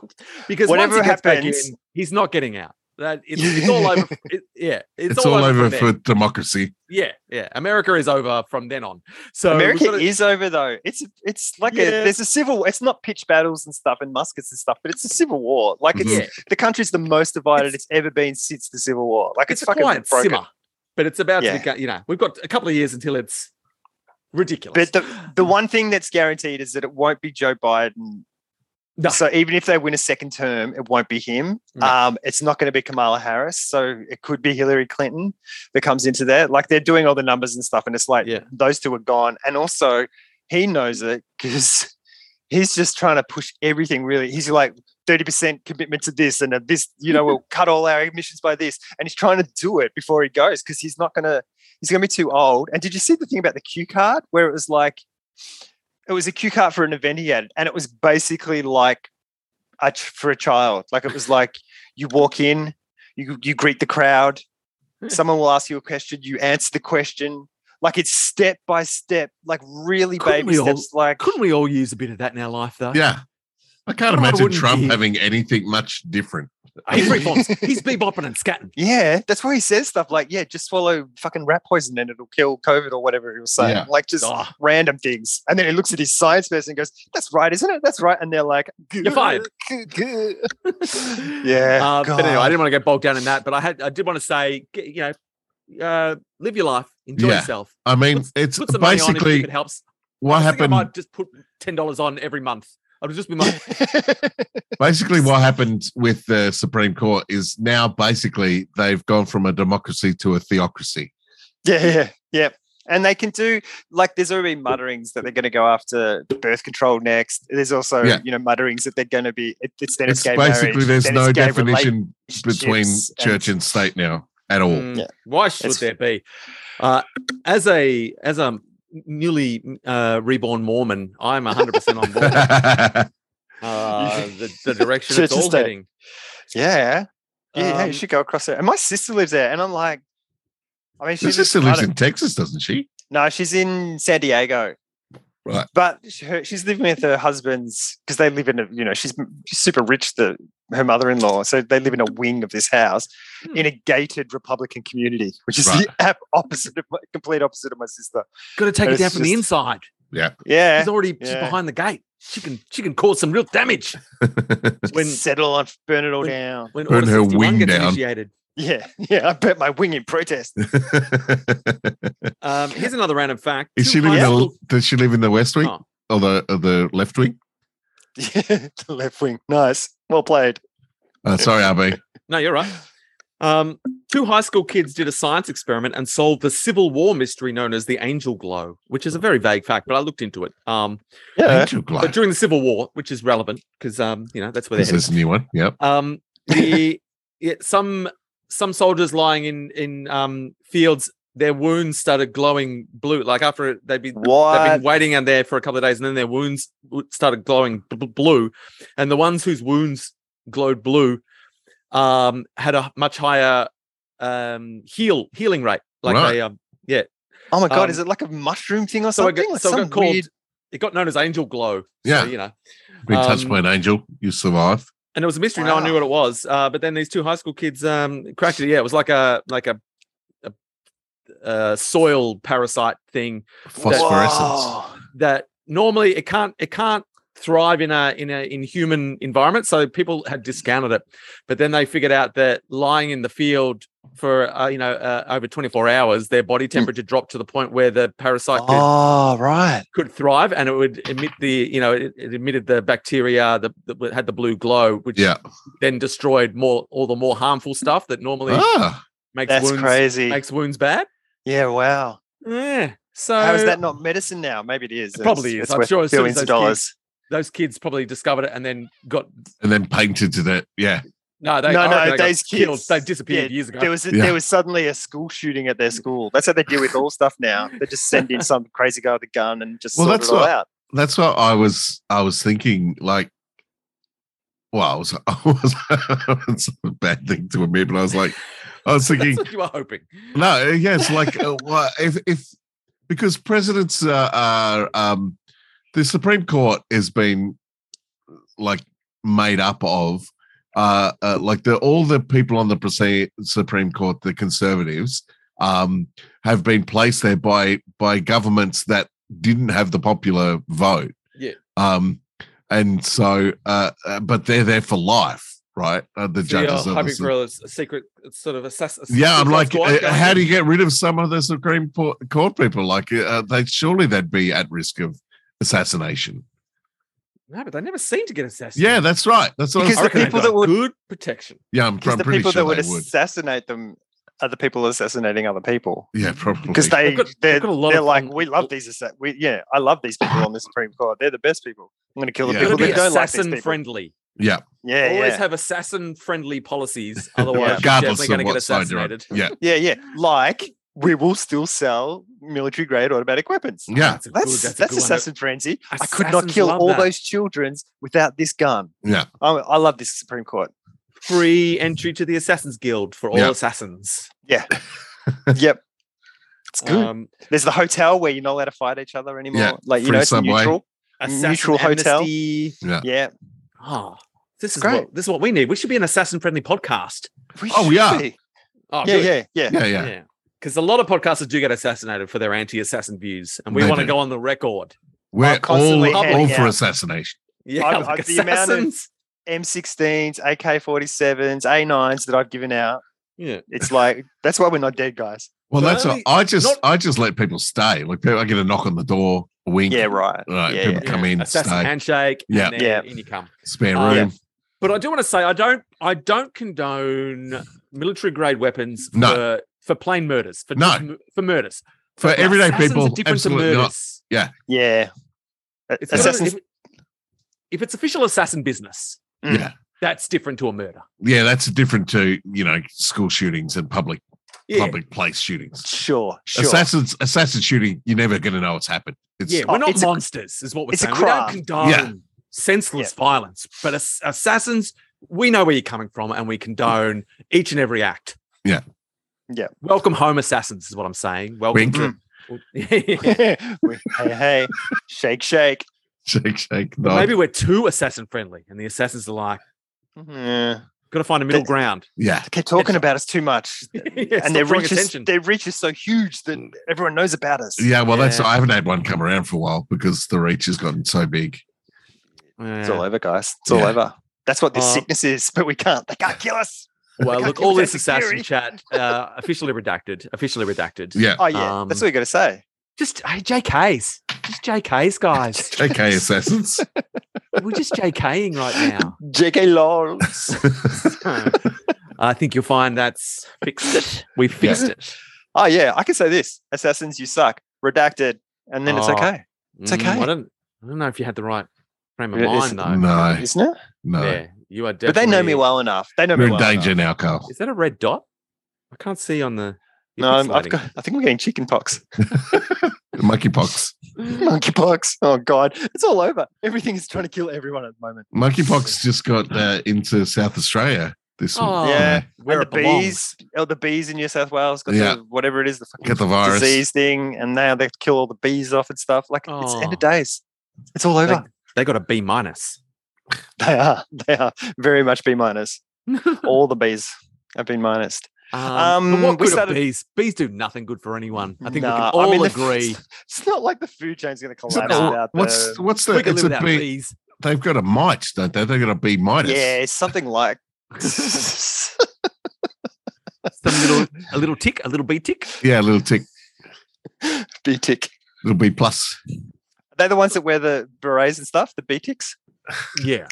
Speaker 4: because
Speaker 5: Whatever
Speaker 4: once he gets back
Speaker 5: happens-
Speaker 4: in, he's not getting out. That it's, it's all over. it- yeah, it's,
Speaker 1: It's, all, over,
Speaker 4: from
Speaker 1: for
Speaker 4: there.
Speaker 1: democracy.
Speaker 4: yeah, yeah. America is over from then on. So we've
Speaker 5: America
Speaker 4: gotta-
Speaker 5: is over though. It's it's like a
Speaker 4: Yeah.
Speaker 5: there's a civil. It's not pitch battles and stuff and muskets and stuff, but it's a civil war. Like it's
Speaker 4: yeah,
Speaker 5: the country's the most divided it's, ever been since the civil war. Like
Speaker 4: it's
Speaker 5: it's,
Speaker 4: a
Speaker 5: fucking
Speaker 4: quiet
Speaker 5: broken.
Speaker 4: simmer, but it's about
Speaker 5: Yeah.
Speaker 4: to become. You know, we've got a couple of years until it's ridiculous.
Speaker 5: But the the one thing that's guaranteed is that it won't be Joe Biden.
Speaker 4: No.
Speaker 5: So even if they win a second term, it won't be him.
Speaker 4: No.
Speaker 5: Um, it's not going to be Kamala Harris. So it could be Hillary Clinton that comes into there. Like they're doing all the numbers and stuff, and it's like
Speaker 4: Yeah.
Speaker 5: those two are gone. And also, he knows it because he's just trying to push everything. Really, he's like. 30% commitment to this and a this you know we'll cut all our emissions by this and he's trying to do it before he goes because he's not going to he's going to be too old. And did you see the thing about the cue card where it was like, it was a cue card for an event he had, and it was basically like a, ch- for a child. Like it was like you walk in, you you greet the crowd,
Speaker 4: Yeah.
Speaker 5: someone will ask you a question, you answer the question. Like it's step by step, like really
Speaker 4: Couldn't
Speaker 5: baby
Speaker 4: we all-
Speaker 5: steps. like
Speaker 4: couldn't we all use a bit of that in our life, though?
Speaker 1: Yeah. I can't
Speaker 4: I
Speaker 1: imagine
Speaker 4: wouldn't
Speaker 1: Trump
Speaker 4: be-
Speaker 1: having anything much different.
Speaker 4: he's reforms. He's bebopping and scatting.
Speaker 5: yeah, that's why he says stuff like, "Yeah, just swallow fucking rat poison and it'll kill COVID or whatever he was saying."
Speaker 1: Yeah.
Speaker 5: Like just
Speaker 4: Ah,
Speaker 5: random things. And then he looks at his science person and goes, That's right, isn't it? That's right. And they're like,
Speaker 4: You're fired.
Speaker 5: Yeah.
Speaker 4: Uh, but anyway, I
Speaker 5: God.
Speaker 4: didn't want to get bogged down in that, but I had I did want to say, g- you know, uh, live your life, enjoy
Speaker 1: Yeah.
Speaker 4: yourself,
Speaker 1: I mean,
Speaker 4: Let's-
Speaker 1: it's
Speaker 4: put some money on if- if
Speaker 1: basically
Speaker 4: it helps. I
Speaker 1: what
Speaker 4: just think
Speaker 1: happened.
Speaker 4: I might just put ten dollars on every month. I'll just be my
Speaker 1: basically what happened with the Supreme Court is now basically they've gone from a democracy to a theocracy.
Speaker 5: yeah, yeah, yeah. And they can do like there's already mutterings that they're going to go after birth control next. There's also
Speaker 1: Yeah.
Speaker 5: you know mutterings that they're going to be it, it's then
Speaker 1: It's
Speaker 5: it's, gay
Speaker 1: basically
Speaker 5: marriage,
Speaker 1: there's
Speaker 5: then
Speaker 1: no
Speaker 5: it's gay
Speaker 1: definition between
Speaker 5: relationships, and
Speaker 1: church and state now at all.
Speaker 4: Mm,
Speaker 5: Yeah.
Speaker 4: Why should
Speaker 5: It's-
Speaker 4: there be? Uh, as a as a newly uh, reborn Mormon, I'm 100 percent on board. Uh, the, the direction
Speaker 5: Church
Speaker 4: it's
Speaker 5: and
Speaker 4: all
Speaker 5: state.
Speaker 4: heading.
Speaker 5: yeah, yeah, yeah,
Speaker 4: Um,
Speaker 5: you should go across there. And my sister lives there, and I'm like, I mean,
Speaker 1: Your
Speaker 5: she's
Speaker 1: sister lives in Texas, doesn't she?
Speaker 5: No, she's in San Diego.
Speaker 1: Right.
Speaker 5: But sh- her, she's living with her husband's because they live in a, you know, she's, she's super rich, the, her mother in law. So they live in a wing of this house
Speaker 4: Hmm.
Speaker 5: in a gated Republican community, which is
Speaker 1: Right.
Speaker 5: the app opposite of my, complete opposite of my sister.
Speaker 4: Got to take it
Speaker 5: It's
Speaker 4: down from the
Speaker 5: just-
Speaker 4: inside.
Speaker 5: Yeah.
Speaker 4: She's already she's
Speaker 5: yeah.
Speaker 4: behind the gate. She can she can cause some real damage when
Speaker 5: settle on, burn it all
Speaker 4: when-
Speaker 5: down.
Speaker 4: when
Speaker 1: Burn
Speaker 4: Order
Speaker 1: her
Speaker 4: 61
Speaker 1: wing
Speaker 4: gets
Speaker 1: down.
Speaker 4: initiated.
Speaker 5: Yeah. Yeah. I burnt my wing in protest.
Speaker 4: Um, here's another random fact.
Speaker 1: is
Speaker 4: Two
Speaker 1: she living
Speaker 4: high
Speaker 1: in the,
Speaker 4: school-
Speaker 1: does she live in the West Wing
Speaker 4: Oh.
Speaker 1: or the or the left wing?
Speaker 5: Yeah, the left wing. Nice. Well played.
Speaker 1: Uh, sorry, RB.
Speaker 4: No, you're right. Um, two high school kids did a science experiment and solved the Civil War mystery known as the Angel Glow, which is a very vague fact, but I looked into it. Um,
Speaker 5: Yeah.
Speaker 1: Angel Glow.
Speaker 4: but during the Civil War, which is relevant because um, you know that's where they're
Speaker 1: This
Speaker 4: headed.
Speaker 1: is a new one. Yep.
Speaker 4: Um, the yeah, some some soldiers lying in in um fields, their wounds started glowing blue. Like after they'd be They've
Speaker 5: What?
Speaker 4: been waiting out there for a couple of days, and then their wounds w- started glowing b- b- blue, and the ones whose wounds glowed blue um, had a much higher um, heal healing rate. Like
Speaker 1: Right.
Speaker 4: they, um, yeah.
Speaker 5: Oh my God.
Speaker 4: um,
Speaker 5: is it like a mushroom thing or
Speaker 4: So I
Speaker 5: something?
Speaker 4: got,
Speaker 5: like
Speaker 4: so it
Speaker 5: some
Speaker 4: got called.
Speaker 5: weird-
Speaker 4: It got known as angel glow.
Speaker 1: Yeah.
Speaker 4: So, you know,
Speaker 1: Been touched
Speaker 4: um,
Speaker 1: by an angel. You survive.
Speaker 4: and it was a mystery. No one knew
Speaker 5: Wow.
Speaker 4: what it was. Uh, but then these two high school kids um, cracked it. Yeah, it was like a like a, a, a soil parasite thing
Speaker 1: Phosphorescence.
Speaker 5: Whoa.
Speaker 4: that normally it can't it can't thrive in a in a in human environment so people had discounted it but then they figured out that lying in the field for uh, you know uh, over 24 hours their body temperature dropped to the point where the parasite could,
Speaker 5: Hmm. Oh, right.
Speaker 4: could thrive and it would emit the you know it, it emitted the bacteria that, that had the blue glow which
Speaker 1: Yeah.
Speaker 4: then destroyed more all the more harmful stuff that normally
Speaker 1: Ah,
Speaker 4: makes
Speaker 5: Oh, That's
Speaker 4: wounds
Speaker 5: crazy.
Speaker 4: makes wounds bad
Speaker 5: yeah, wow.
Speaker 4: yeah so
Speaker 5: How is that not medicine now? Maybe it is.
Speaker 4: It probably is.
Speaker 5: It's- It's
Speaker 4: I'm
Speaker 5: worth
Speaker 4: sure as soon as
Speaker 5: billions of
Speaker 4: those kids-
Speaker 5: dollars.
Speaker 4: those kids probably discovered it and then got
Speaker 1: and then painted to that. Yeah.
Speaker 4: No, they,
Speaker 5: No,
Speaker 4: I
Speaker 5: no,
Speaker 4: reckon they got
Speaker 5: those
Speaker 4: killed.
Speaker 5: kids-
Speaker 4: They disappeared
Speaker 5: yeah,
Speaker 4: years ago.
Speaker 5: There was
Speaker 1: Yeah.
Speaker 5: there was suddenly a school shooting at their school. That's how they deal with all stuff now. They just send in some crazy guy with a gun and just
Speaker 1: Well,
Speaker 5: sort
Speaker 1: that's
Speaker 5: it all
Speaker 1: what-
Speaker 5: out.
Speaker 1: That's what I was I was thinking like well, I was, I was it's a bad thing to admit, but I was like, I was thinking,
Speaker 4: That's what you were hoping.
Speaker 1: no, yeah, it's like, uh, well, if, if because presidents uh, are, um, the Supreme Court has been like made up of uh, uh, like the all the people on the Prese- Supreme Court, the conservatives, um, have been placed there by by governments that didn't have the popular vote.
Speaker 4: Yeah.
Speaker 1: Um, and so, uh, uh, but they're there for life, right? Uh, the
Speaker 4: So you're
Speaker 1: judges. of the
Speaker 4: hoping
Speaker 1: Sup-
Speaker 4: for a s- a secret it's sort of assassin.
Speaker 1: yeah, I'm like, uh, how do you get rid of some of the Supreme Po- Court people? Like, uh, they surely they'd be at risk of assassination.
Speaker 4: No, but they never seem to get assassinated.
Speaker 1: Yeah, that's right. That's what
Speaker 5: Because
Speaker 1: I
Speaker 5: the
Speaker 1: was thinking.
Speaker 5: people that would-
Speaker 4: good protection.
Speaker 1: yeah, I'm,
Speaker 5: Because
Speaker 1: I'm
Speaker 5: the
Speaker 1: pretty
Speaker 5: people
Speaker 1: sure
Speaker 5: that would
Speaker 1: they would.
Speaker 5: assassinate them are the people assassinating other people.
Speaker 1: Yeah, probably.
Speaker 5: Because they
Speaker 4: I've got- I've
Speaker 5: they're,
Speaker 4: got a lot
Speaker 5: they're
Speaker 4: of
Speaker 5: like
Speaker 4: un-
Speaker 5: we love these assa- we yeah I love these people on the Supreme Court. They're the best people. I'm going to kill the
Speaker 1: Yeah.
Speaker 5: people
Speaker 4: Gotta be
Speaker 5: that don't like these
Speaker 4: assassin
Speaker 5: people.
Speaker 4: friendly.
Speaker 1: yeah,
Speaker 5: Yeah,
Speaker 4: Always
Speaker 5: yeah,
Speaker 4: have assassin friendly policies. Otherwise,
Speaker 1: regardless
Speaker 4: you're
Speaker 1: of
Speaker 4: definitely going to
Speaker 1: what
Speaker 4: get
Speaker 1: side you're on.
Speaker 4: assassinated.
Speaker 1: Yeah,
Speaker 5: yeah, yeah. Like we will still sell military grade automatic weapons.
Speaker 1: yeah,
Speaker 4: a
Speaker 5: That's
Speaker 4: good-
Speaker 5: that's,
Speaker 4: a good one.
Speaker 5: assassin frenzy. I could not
Speaker 4: Assassins
Speaker 5: kill
Speaker 4: love
Speaker 5: all
Speaker 4: that.
Speaker 5: those childrens without this gun.
Speaker 1: yeah.
Speaker 5: I, I love this Supreme Court.
Speaker 4: free entry to the Assassins Guild for all
Speaker 1: Yeah.
Speaker 4: assassins.
Speaker 5: Yeah. yep. It's good.
Speaker 4: Um,
Speaker 5: There's the hotel where you're not allowed to fight each other anymore. like you
Speaker 1: free
Speaker 5: know, it's
Speaker 1: subway.
Speaker 5: neutral.
Speaker 4: assassin
Speaker 5: Neutral hotel.
Speaker 4: amnesty.
Speaker 5: Yeah.
Speaker 4: Oh, this is
Speaker 5: Great.
Speaker 4: what this is what we need. We should be an assassin friendly podcast.
Speaker 1: Oh, we
Speaker 5: should
Speaker 1: are.
Speaker 5: be.
Speaker 4: Oh,
Speaker 5: Yeah, yeah, yeah,
Speaker 1: Yeah, yeah,
Speaker 4: yeah. Because a lot of podcasters do get assassinated for their anti-assassin views, and we
Speaker 1: They
Speaker 4: want to
Speaker 1: do.
Speaker 4: go on the record.
Speaker 1: We're
Speaker 5: constantly
Speaker 1: all, all
Speaker 5: handing
Speaker 1: for
Speaker 5: out-
Speaker 1: assassination.
Speaker 4: Yeah,
Speaker 5: I've-
Speaker 4: like
Speaker 5: I've- the amount of-
Speaker 4: assassins.
Speaker 5: M16s, AK47s, A9s that I've given out.
Speaker 4: Yeah,
Speaker 5: It's like that's why we're not dead, guys.
Speaker 1: Well,
Speaker 4: Well,
Speaker 1: that's what
Speaker 4: only-
Speaker 1: I just
Speaker 4: not-
Speaker 1: I just let people stay. Like I get a knock on the door, a wink.
Speaker 5: Yeah, right.
Speaker 1: Right,
Speaker 5: yeah,
Speaker 1: people
Speaker 5: yeah. Oh,
Speaker 1: come in,
Speaker 4: assassin
Speaker 1: stay.
Speaker 4: handshake.
Speaker 1: Yeah.
Speaker 4: and then
Speaker 5: Yeah.
Speaker 4: in you come.
Speaker 1: spare
Speaker 4: Uh,
Speaker 1: room.
Speaker 4: But I do want to say I don't I don't condone military grade weapons for
Speaker 1: No.
Speaker 4: for plain murders for
Speaker 1: No.
Speaker 4: just mu- for murders
Speaker 1: For
Speaker 4: But
Speaker 1: everyday
Speaker 4: assassins
Speaker 1: people,
Speaker 4: Are different to
Speaker 1: absolutely not.
Speaker 4: murders.
Speaker 5: Yeah. A-
Speaker 4: It's
Speaker 5: Assassin's
Speaker 4: if, if it's official assassin business,
Speaker 5: Mm.
Speaker 1: Yeah,
Speaker 4: that's different to a murder.
Speaker 1: yeah, that's different to you know school shootings and public
Speaker 4: Yeah,
Speaker 1: public place shootings.
Speaker 5: sure, sure.
Speaker 1: Assassins, assassin shooting, you're never going to know what's happened. It's
Speaker 4: yeah, we're
Speaker 5: oh,
Speaker 4: not
Speaker 5: it's a-
Speaker 4: monsters, is what we're
Speaker 5: it's a
Speaker 4: saying. We don't
Speaker 5: crime.
Speaker 4: condone
Speaker 1: Yeah.
Speaker 4: senseless violence, but as, assassins, we know where you're coming from, and we condone each and every act.
Speaker 1: Yeah.
Speaker 5: Yeah.
Speaker 4: Welcome home, assassins, is what I'm saying. Welcome.
Speaker 1: Wink.
Speaker 4: To,
Speaker 5: We- hey, hey, shake, shake.
Speaker 1: shake, shake.
Speaker 4: But
Speaker 1: No,
Speaker 4: maybe we're too assassin friendly, and the assassins are like,
Speaker 5: Yeah.
Speaker 4: got to find a middle
Speaker 5: That's-
Speaker 4: ground.
Speaker 1: yeah,
Speaker 5: They keep talking about us too much.
Speaker 4: Yeah, stop
Speaker 5: and their
Speaker 4: drawing
Speaker 5: reach, is,
Speaker 4: attention.
Speaker 5: their reach is so huge that everyone knows about us.
Speaker 1: yeah. Well, that's
Speaker 4: Yeah.
Speaker 1: I haven't had one come around for a while because the reach has gotten so big.
Speaker 5: It's
Speaker 4: Yeah.
Speaker 5: all over, guys. It's
Speaker 1: Yeah.
Speaker 5: all over. That's what this
Speaker 4: Uh,
Speaker 5: sickness is, but we can't. They can't kill us.
Speaker 4: Well,
Speaker 5: can't
Speaker 4: look,
Speaker 5: keep
Speaker 4: all
Speaker 5: it
Speaker 4: this
Speaker 5: as a
Speaker 4: assassin
Speaker 5: theory.
Speaker 4: chat, uh, officially redacted, officially redacted.
Speaker 1: Yeah,
Speaker 5: Oh yeah,
Speaker 4: Um,
Speaker 5: that's what you got to say.
Speaker 4: Just hey, JKs, just JKs, guys.
Speaker 1: okay, assassins.
Speaker 4: We're just JKing right now.
Speaker 5: J.K. Lawrence.
Speaker 4: I think you'll find that's fixed it. We fixed it.
Speaker 5: oh yeah, I can say this: assassins, you suck. Redacted, and then it's
Speaker 4: Oh,
Speaker 5: okay, It's okay.
Speaker 4: I don't. I don't know if you had the right frame of
Speaker 5: It is-
Speaker 4: mind though.
Speaker 1: no,
Speaker 5: isn't it?
Speaker 1: no,
Speaker 4: Yeah, you are.
Speaker 5: But
Speaker 4: Definitely,
Speaker 5: they know me well enough. They know
Speaker 1: we're
Speaker 5: me
Speaker 1: in
Speaker 5: well.
Speaker 1: danger
Speaker 5: enough.
Speaker 1: now, Carl.
Speaker 4: Is that a red dot? I can't see on the. your
Speaker 5: No, I'm- I've
Speaker 4: pixelating.
Speaker 5: got, I think we're getting chicken pox.
Speaker 1: Monkeypox.
Speaker 5: Monkey pox. Oh god, it's all over. Everything is trying to kill everyone at the moment.
Speaker 1: Monkeypox just got uh, into South Australia this
Speaker 4: Oh,
Speaker 5: Yeah,
Speaker 4: where
Speaker 5: Um, and
Speaker 4: it
Speaker 5: the bees, oh, the bees in New South Wales got
Speaker 1: Yeah.
Speaker 5: the, whatever it is, the fucking
Speaker 1: Get the virus.
Speaker 5: disease thing, and now they kill all the bees off and stuff. Like it's end
Speaker 4: Oh.
Speaker 5: of days. It's all over.
Speaker 4: They got a B minus.
Speaker 5: They, are. They are very much B minus. all the bees have been minused.
Speaker 4: Um,
Speaker 5: Um,
Speaker 4: but Um, what
Speaker 5: we
Speaker 4: good are
Speaker 5: started-
Speaker 4: bees? Bees do nothing good for anyone. I think
Speaker 5: Nah,
Speaker 4: we can all
Speaker 5: mean, the f-
Speaker 4: agree.
Speaker 5: It's not like the food chain's going to
Speaker 1: So,
Speaker 5: collapse.
Speaker 4: Nah.
Speaker 5: without
Speaker 1: what's
Speaker 4: Uh,
Speaker 5: the-
Speaker 1: what's the?
Speaker 4: We can
Speaker 1: It's
Speaker 4: live
Speaker 1: a
Speaker 4: without
Speaker 1: bee-
Speaker 4: bees.
Speaker 1: They've got a mite, don't they? They've got a B minus.
Speaker 5: yeah, it's something like.
Speaker 4: Some little, a little tick, a little bee tick.
Speaker 1: yeah, a little tick,
Speaker 5: B tick.
Speaker 1: little B plus.
Speaker 5: They're the ones that wear the berets and stuff, the B ticks.
Speaker 4: Yeah.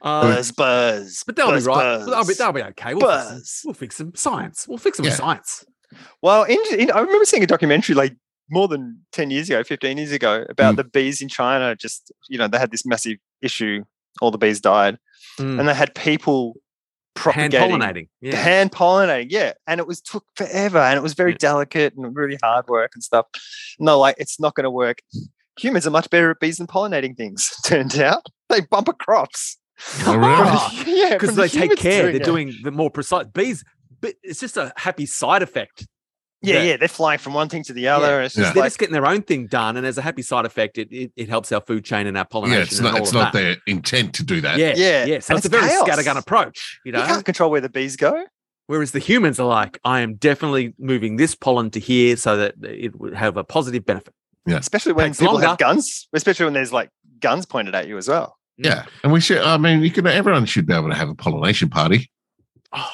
Speaker 4: Uh,
Speaker 5: Buzz, buzz.
Speaker 4: but they'll be
Speaker 5: buzz,
Speaker 4: right. They'll be,
Speaker 5: buzz.
Speaker 4: they'll be okay. We'll fix, them.
Speaker 5: Buzz.
Speaker 4: we'll fix them. Science. We'll fix them with
Speaker 1: Yeah.
Speaker 4: science.
Speaker 5: Well, in, in, I remember seeing a documentary like more than 10 years ago, 15 years ago, about
Speaker 1: Mm.
Speaker 5: the bees in China. Just, you know, they had this massive issue. All the bees died.
Speaker 4: Mm.
Speaker 5: And they had people
Speaker 4: Hand
Speaker 5: propagating.
Speaker 4: pollinating. Yeah.
Speaker 5: hand pollinating. Yeah, and it was took forever, and it was very
Speaker 4: Yeah.
Speaker 5: delicate and really hard work and stuff. No, like it's not going to work. Humans are much better at bees than pollinating things. Turned out they bumper crops.
Speaker 1: Oh, really?
Speaker 4: Ah,
Speaker 5: From the- yeah,
Speaker 4: because
Speaker 5: from the
Speaker 4: they take
Speaker 5: humans
Speaker 4: care. They're
Speaker 5: it.
Speaker 4: doing the more precise bees. But it's just a happy side effect
Speaker 5: Yeah,
Speaker 4: that-
Speaker 5: yeah, they're flying from one thing to the other. And it's just
Speaker 4: They're
Speaker 5: like,
Speaker 4: just getting their own thing done, and as a happy side effect, it, it, it helps our food chain and our pollination.
Speaker 1: yeah, it's
Speaker 4: and
Speaker 1: not
Speaker 4: all
Speaker 1: it's
Speaker 4: of
Speaker 1: not
Speaker 4: that.
Speaker 1: their intent to do that.
Speaker 4: Yeah, yeah.
Speaker 5: Yeah,
Speaker 4: So it's
Speaker 5: and
Speaker 4: a
Speaker 5: it's
Speaker 4: very
Speaker 5: chaos.
Speaker 4: scattergun approach, you
Speaker 5: you
Speaker 4: know.
Speaker 5: can't control where the bees go.
Speaker 4: Whereas the humans are like, I am definitely moving this pollen to here so that it would have a positive benefit.
Speaker 5: especially when
Speaker 4: Takes
Speaker 5: people
Speaker 4: longer.
Speaker 5: have guns, especially when there's like guns pointed at you as well.
Speaker 1: Yeah. And we should I mean you can everyone should be able to have a pollination party.
Speaker 4: Oh,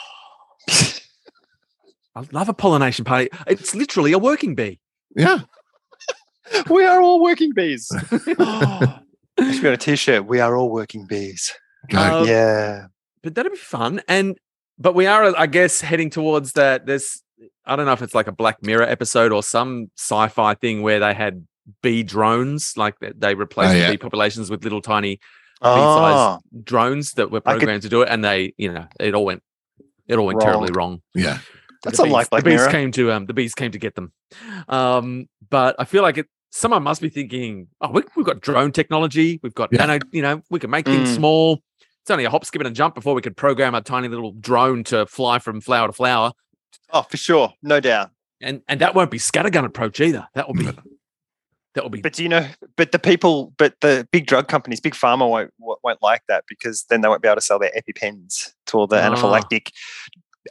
Speaker 4: I love a pollination party. It's literally a working bee.
Speaker 1: Yeah.
Speaker 5: we are all working bees.
Speaker 4: Um,
Speaker 5: I should be on a t-shirt. We are all working bees.
Speaker 1: Go.
Speaker 5: Uh,
Speaker 4: Uh,
Speaker 5: yeah.
Speaker 4: but that'd be fun. And but we are, I guess, heading towards that. There's, I don't know if it's like a Black Mirror episode or some sci-fi thing where they had bee drones, like they, they replaced
Speaker 1: Oh, yeah.
Speaker 4: bee populations with little tiny
Speaker 5: Oh,
Speaker 4: drones that were
Speaker 5: I could-
Speaker 4: programmed to do it, and they, you know, it all went, it all went
Speaker 5: Wrong.
Speaker 4: terribly wrong.
Speaker 1: yeah.
Speaker 5: that's
Speaker 4: the
Speaker 5: unlike
Speaker 4: bees,
Speaker 5: Black
Speaker 4: the bees
Speaker 5: Mirror.
Speaker 4: came to um the bees came to get them um but i feel like it someone must be thinking oh we, we've got drone technology we've got
Speaker 1: Yeah.
Speaker 4: nano you know we can make things
Speaker 5: Mm.
Speaker 4: small it's only a hop skip and a jump before we could program a tiny little drone to fly from flower to flower
Speaker 5: oh, for sure, no doubt.
Speaker 4: and and that won't be scattergun approach either that will be that will be
Speaker 5: But do you know? But the people, but the big drug companies, big pharma won't won't won't like that because then they won't be able to sell their epipens to all the
Speaker 4: Ah.
Speaker 5: anaphylactic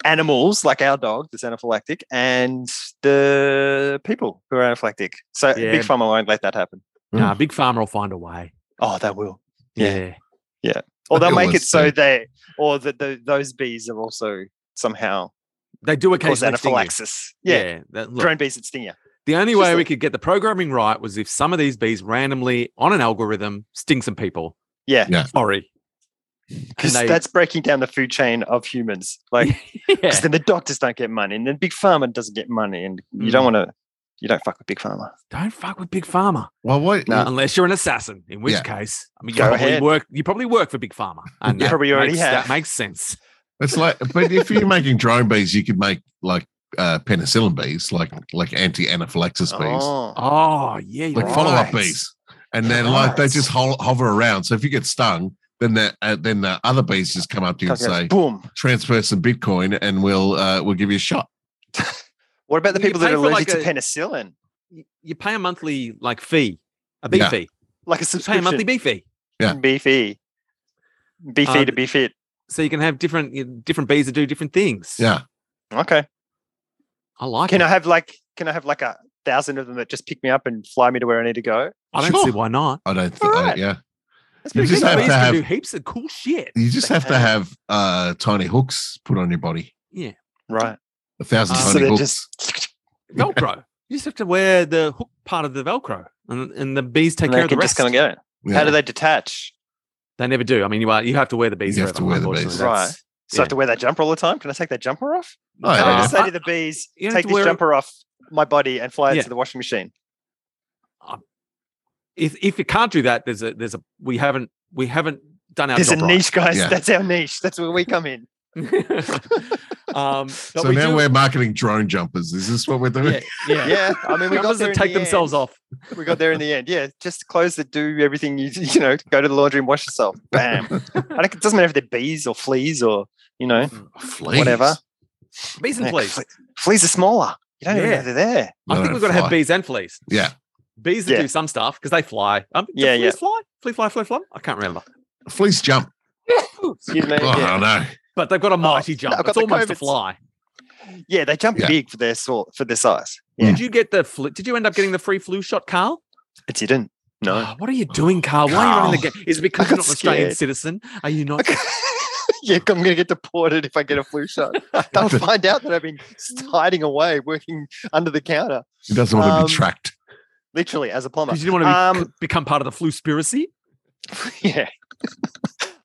Speaker 5: animals like our dog that's anaphylactic and the people who are anaphylactic. So
Speaker 4: Yeah.
Speaker 5: big pharma won't let that happen.
Speaker 4: nah, big farmer will find a way
Speaker 5: Oh, they will.
Speaker 4: yeah,
Speaker 5: Mm. Yeah. or
Speaker 1: They
Speaker 5: they'll make it
Speaker 1: always
Speaker 5: so
Speaker 1: do.
Speaker 5: they or that the, those bees are also somehow
Speaker 4: they do
Speaker 5: cause
Speaker 4: occasionally sting you.
Speaker 5: anaphylaxis. Yeah,
Speaker 4: that- look,
Speaker 5: drone bees that sting you.
Speaker 4: the only
Speaker 5: it's just
Speaker 4: way we
Speaker 5: like-
Speaker 4: could get the programming right was if some of these bees randomly on an algorithm sting some people
Speaker 5: Yeah,
Speaker 1: Yeah.
Speaker 4: sorry
Speaker 5: because
Speaker 4: they-
Speaker 5: that's breaking down the food chain of humans. Like,
Speaker 4: yeah.
Speaker 5: 'cause then the doctors don't get money, and then big pharma doesn't get money, and you don't
Speaker 4: Hmm.
Speaker 5: want to, you don't fuck with big pharma.
Speaker 4: don't fuck with Big Pharma
Speaker 1: Well what
Speaker 5: No.
Speaker 4: unless you're an assassin, in which
Speaker 1: Yeah.
Speaker 4: case, I mean, you
Speaker 5: Go
Speaker 4: probably
Speaker 5: ahead.
Speaker 4: work. You probably work for Big Pharma, and
Speaker 5: You
Speaker 4: that
Speaker 5: probably already
Speaker 4: makes,
Speaker 5: have.
Speaker 4: That makes sense.
Speaker 1: It's like, but if you're making drone bees, you could make like uh, penicillin bees, like like anti-anaphylaxis bees,
Speaker 5: Oh,
Speaker 4: Oh yeah, you're
Speaker 1: like follow-up
Speaker 4: right.
Speaker 1: bees, and then like they
Speaker 5: Right.
Speaker 1: just ho- hover around. So if you get stung, then the uh, then the other bees just come up to you and
Speaker 5: comes out,
Speaker 1: say,
Speaker 5: boom.
Speaker 1: "Transfer some Bitcoin, and we'll uh, we'll give you a shot."
Speaker 5: What about the
Speaker 4: You
Speaker 5: people that
Speaker 4: pay
Speaker 5: are
Speaker 4: for, like,
Speaker 5: allergic to
Speaker 4: a-
Speaker 5: penicillin?
Speaker 4: You- You pay a monthly like fee, a bee
Speaker 1: Yeah.
Speaker 4: fee. You
Speaker 5: Like a
Speaker 4: pay a
Speaker 5: subscription,
Speaker 4: monthly bee fee,
Speaker 1: yeah.
Speaker 5: beefy, beefy
Speaker 4: Uh,
Speaker 5: to be fit.
Speaker 4: so you can have different you know, different bees that do different things.
Speaker 1: Yeah,
Speaker 5: Okay,
Speaker 4: I like
Speaker 5: can
Speaker 4: it.
Speaker 5: I have like, can I have like a thousand of them that just pick me up and fly me to where I need to go?
Speaker 4: I don't
Speaker 1: Sure.
Speaker 4: see why not.
Speaker 1: I don't. Th-
Speaker 5: All
Speaker 1: I-
Speaker 5: right.
Speaker 1: yeah,
Speaker 5: That's
Speaker 1: You
Speaker 5: pretty
Speaker 1: just
Speaker 5: good.
Speaker 1: have
Speaker 4: bees
Speaker 1: to
Speaker 4: can
Speaker 1: have-
Speaker 4: do heaps of cool shit.
Speaker 1: you just
Speaker 5: They
Speaker 1: have to
Speaker 5: can.
Speaker 1: have uh, tiny hooks put on your body,
Speaker 5: Right.
Speaker 1: a thousand
Speaker 4: Uh, so
Speaker 5: so
Speaker 1: tiny
Speaker 5: they're
Speaker 1: hooks.
Speaker 5: just
Speaker 4: Velcro. you just have to wear the hook part of the Velcro, and and the bees take
Speaker 5: and
Speaker 4: care
Speaker 5: they
Speaker 4: of the
Speaker 5: can
Speaker 4: rest.
Speaker 5: just kind of get it.
Speaker 1: Yeah.
Speaker 5: How do they detach?
Speaker 4: They never do. I mean, you are, you have to wear the bees.
Speaker 1: You have
Speaker 4: forever,
Speaker 1: to wear the
Speaker 4: unfortunately.
Speaker 1: bees.
Speaker 4: That's-
Speaker 5: Right. So I have to wear that jumper all the time. Can I take that jumper off?
Speaker 1: Oh,
Speaker 5: Can
Speaker 1: yeah,
Speaker 5: I
Speaker 1: yeah.
Speaker 5: just say
Speaker 4: I-
Speaker 5: to the bees,
Speaker 4: you don't have
Speaker 5: take
Speaker 4: to
Speaker 5: this
Speaker 4: wear it-
Speaker 5: jumper off my body and fly
Speaker 4: Yeah.
Speaker 5: it to the washing machine.
Speaker 4: if if you can't do that, there's a there's a we haven't we haven't done our
Speaker 5: There's a
Speaker 4: job
Speaker 5: niche, guys.
Speaker 1: Yeah.
Speaker 5: That's our niche. That's where we come in.
Speaker 4: right. um,
Speaker 1: So now we're marketing drone jumpers. Is this what we're doing?
Speaker 4: yeah, yeah.
Speaker 5: Yeah. I mean, we got
Speaker 4: Numbers
Speaker 5: there
Speaker 4: that
Speaker 5: in
Speaker 4: take
Speaker 5: the
Speaker 4: themselves
Speaker 5: end.
Speaker 4: off.
Speaker 5: We got there in the end. Yeah. Just clothes that do everything you, you know, go to the laundry and wash yourself. Bam. I don't, it doesn't matter if they're bees or fleas or, you know,
Speaker 1: Fleas.
Speaker 5: Whatever.
Speaker 4: Bees and
Speaker 5: yeah,
Speaker 4: fleas.
Speaker 5: fle- fleas are smaller. You don't even
Speaker 4: Yeah.
Speaker 5: know they're there.
Speaker 1: No,
Speaker 4: I think
Speaker 1: no,
Speaker 4: we've got to have
Speaker 1: fly.
Speaker 4: bees and fleas.
Speaker 1: Yeah.
Speaker 4: Bees that
Speaker 5: Yeah.
Speaker 4: do some stuff because they fly. Um, do
Speaker 5: Yeah,
Speaker 4: fleas
Speaker 5: yeah.
Speaker 4: fly? Flee, fly, fly, fly? I can't remember.
Speaker 1: Fleas jump.
Speaker 5: Excuse me.
Speaker 1: Oh,
Speaker 5: Uh, yeah.
Speaker 1: no.
Speaker 4: But they've got a mighty jump.
Speaker 5: Oh, I've got
Speaker 4: It's
Speaker 5: the
Speaker 4: almost a
Speaker 5: covids.
Speaker 4: fly.
Speaker 5: Yeah, they jump
Speaker 1: Yeah.
Speaker 5: big for their sort for their size. Yeah.
Speaker 4: Did you get the flu? Did you end up getting the free flu shot, Carl?
Speaker 5: It didn't.
Speaker 1: Uh,
Speaker 5: No.
Speaker 4: Oh, what are you doing, Carl? Why are you running the
Speaker 1: Carl.
Speaker 4: game? Is it because
Speaker 5: I
Speaker 4: you're
Speaker 5: got
Speaker 4: not an Australian
Speaker 5: scared.
Speaker 4: citizen? Are you not?
Speaker 5: yeah, I'm going to get deported if I get a flu shot. They'll find out that I've been hiding away, working under the counter,
Speaker 1: He doesn't want to
Speaker 5: Um,
Speaker 1: be tracked.
Speaker 5: literally as a plumber.
Speaker 4: Because you didn't want to
Speaker 5: Um,
Speaker 4: become part of the fluspiracy?
Speaker 5: yeah.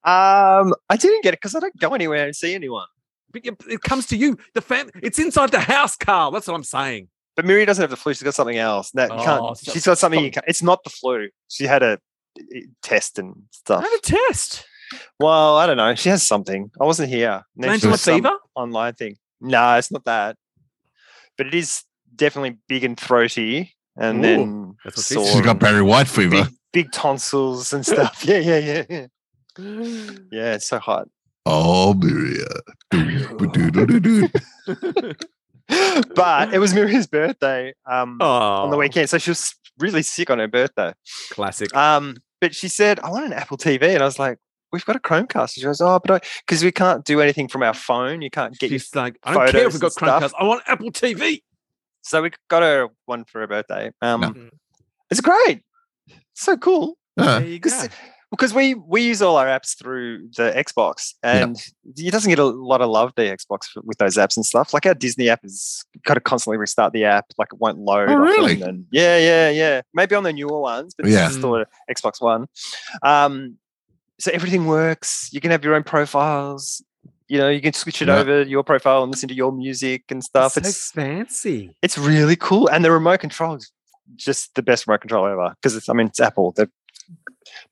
Speaker 5: um, I didn't get it because I don't go anywhere and see anyone.
Speaker 4: But you- it comes to you. The fam. It's inside the house, Carl. That's what I'm saying.
Speaker 5: But Miri doesn't have the flu; she's got something else. That you
Speaker 4: Oh,
Speaker 5: can't.
Speaker 4: so-
Speaker 5: She's got something
Speaker 4: some-
Speaker 5: you can't. It's not the flu. She had a eh, test and stuff.
Speaker 4: Have a test.
Speaker 5: Well, I don't know. She has something. I wasn't here. And then she
Speaker 4: Glandular
Speaker 5: was some-
Speaker 4: fever.
Speaker 5: online thing. No, it's not that. But it is definitely big and throaty, and
Speaker 4: Ooh,
Speaker 5: then
Speaker 4: that's what she said.
Speaker 5: sore,
Speaker 1: She's got Barry White fever.
Speaker 5: big, big tonsils and stuff. Yeah, yeah, yeah, yeah. Yeah, it's so hot.
Speaker 1: Oh, Maria. Do-do-do-do-do.
Speaker 5: but it was Miriam's birthday um,
Speaker 4: Oh,
Speaker 5: on the weekend, so she was really sick on her birthday.
Speaker 4: Classic.
Speaker 5: Um, but she said, "I want an Apple TV," and I was like, "We've got a Chromecast." She goes, "Oh, but because we can't do anything from our phone, you can't get." Your...
Speaker 4: She's like, I don't care if
Speaker 5: photos
Speaker 4: we've got
Speaker 5: and
Speaker 4: Chromecast.
Speaker 5: stuff.
Speaker 4: I want Apple TV.
Speaker 5: So we got her one for her birthday. Um,
Speaker 4: Mm.
Speaker 5: It's great. so cool.
Speaker 1: Ah,
Speaker 4: There you go.
Speaker 5: because because we we use all our apps through the Xbox,
Speaker 1: Yeah.
Speaker 5: and it doesn't get a lot of love the Xbox f- with those apps and stuff. Like our Disney app is got to constantly restart the app, like it won't load.
Speaker 1: Oh,
Speaker 5: often
Speaker 1: really?
Speaker 5: And yeah, yeah, yeah. Maybe on the newer ones, but yeah.
Speaker 1: Yeah.
Speaker 5: still a Xbox One. Um, so everything works. You can have your own profiles. You know, you can switch it
Speaker 1: Yeah.
Speaker 5: over to your profile and listen to your music and stuff. it's
Speaker 4: fancy.
Speaker 5: it's really cool, and the remote control is just the best remote control ever. Because it's, I mean, it's Apple. They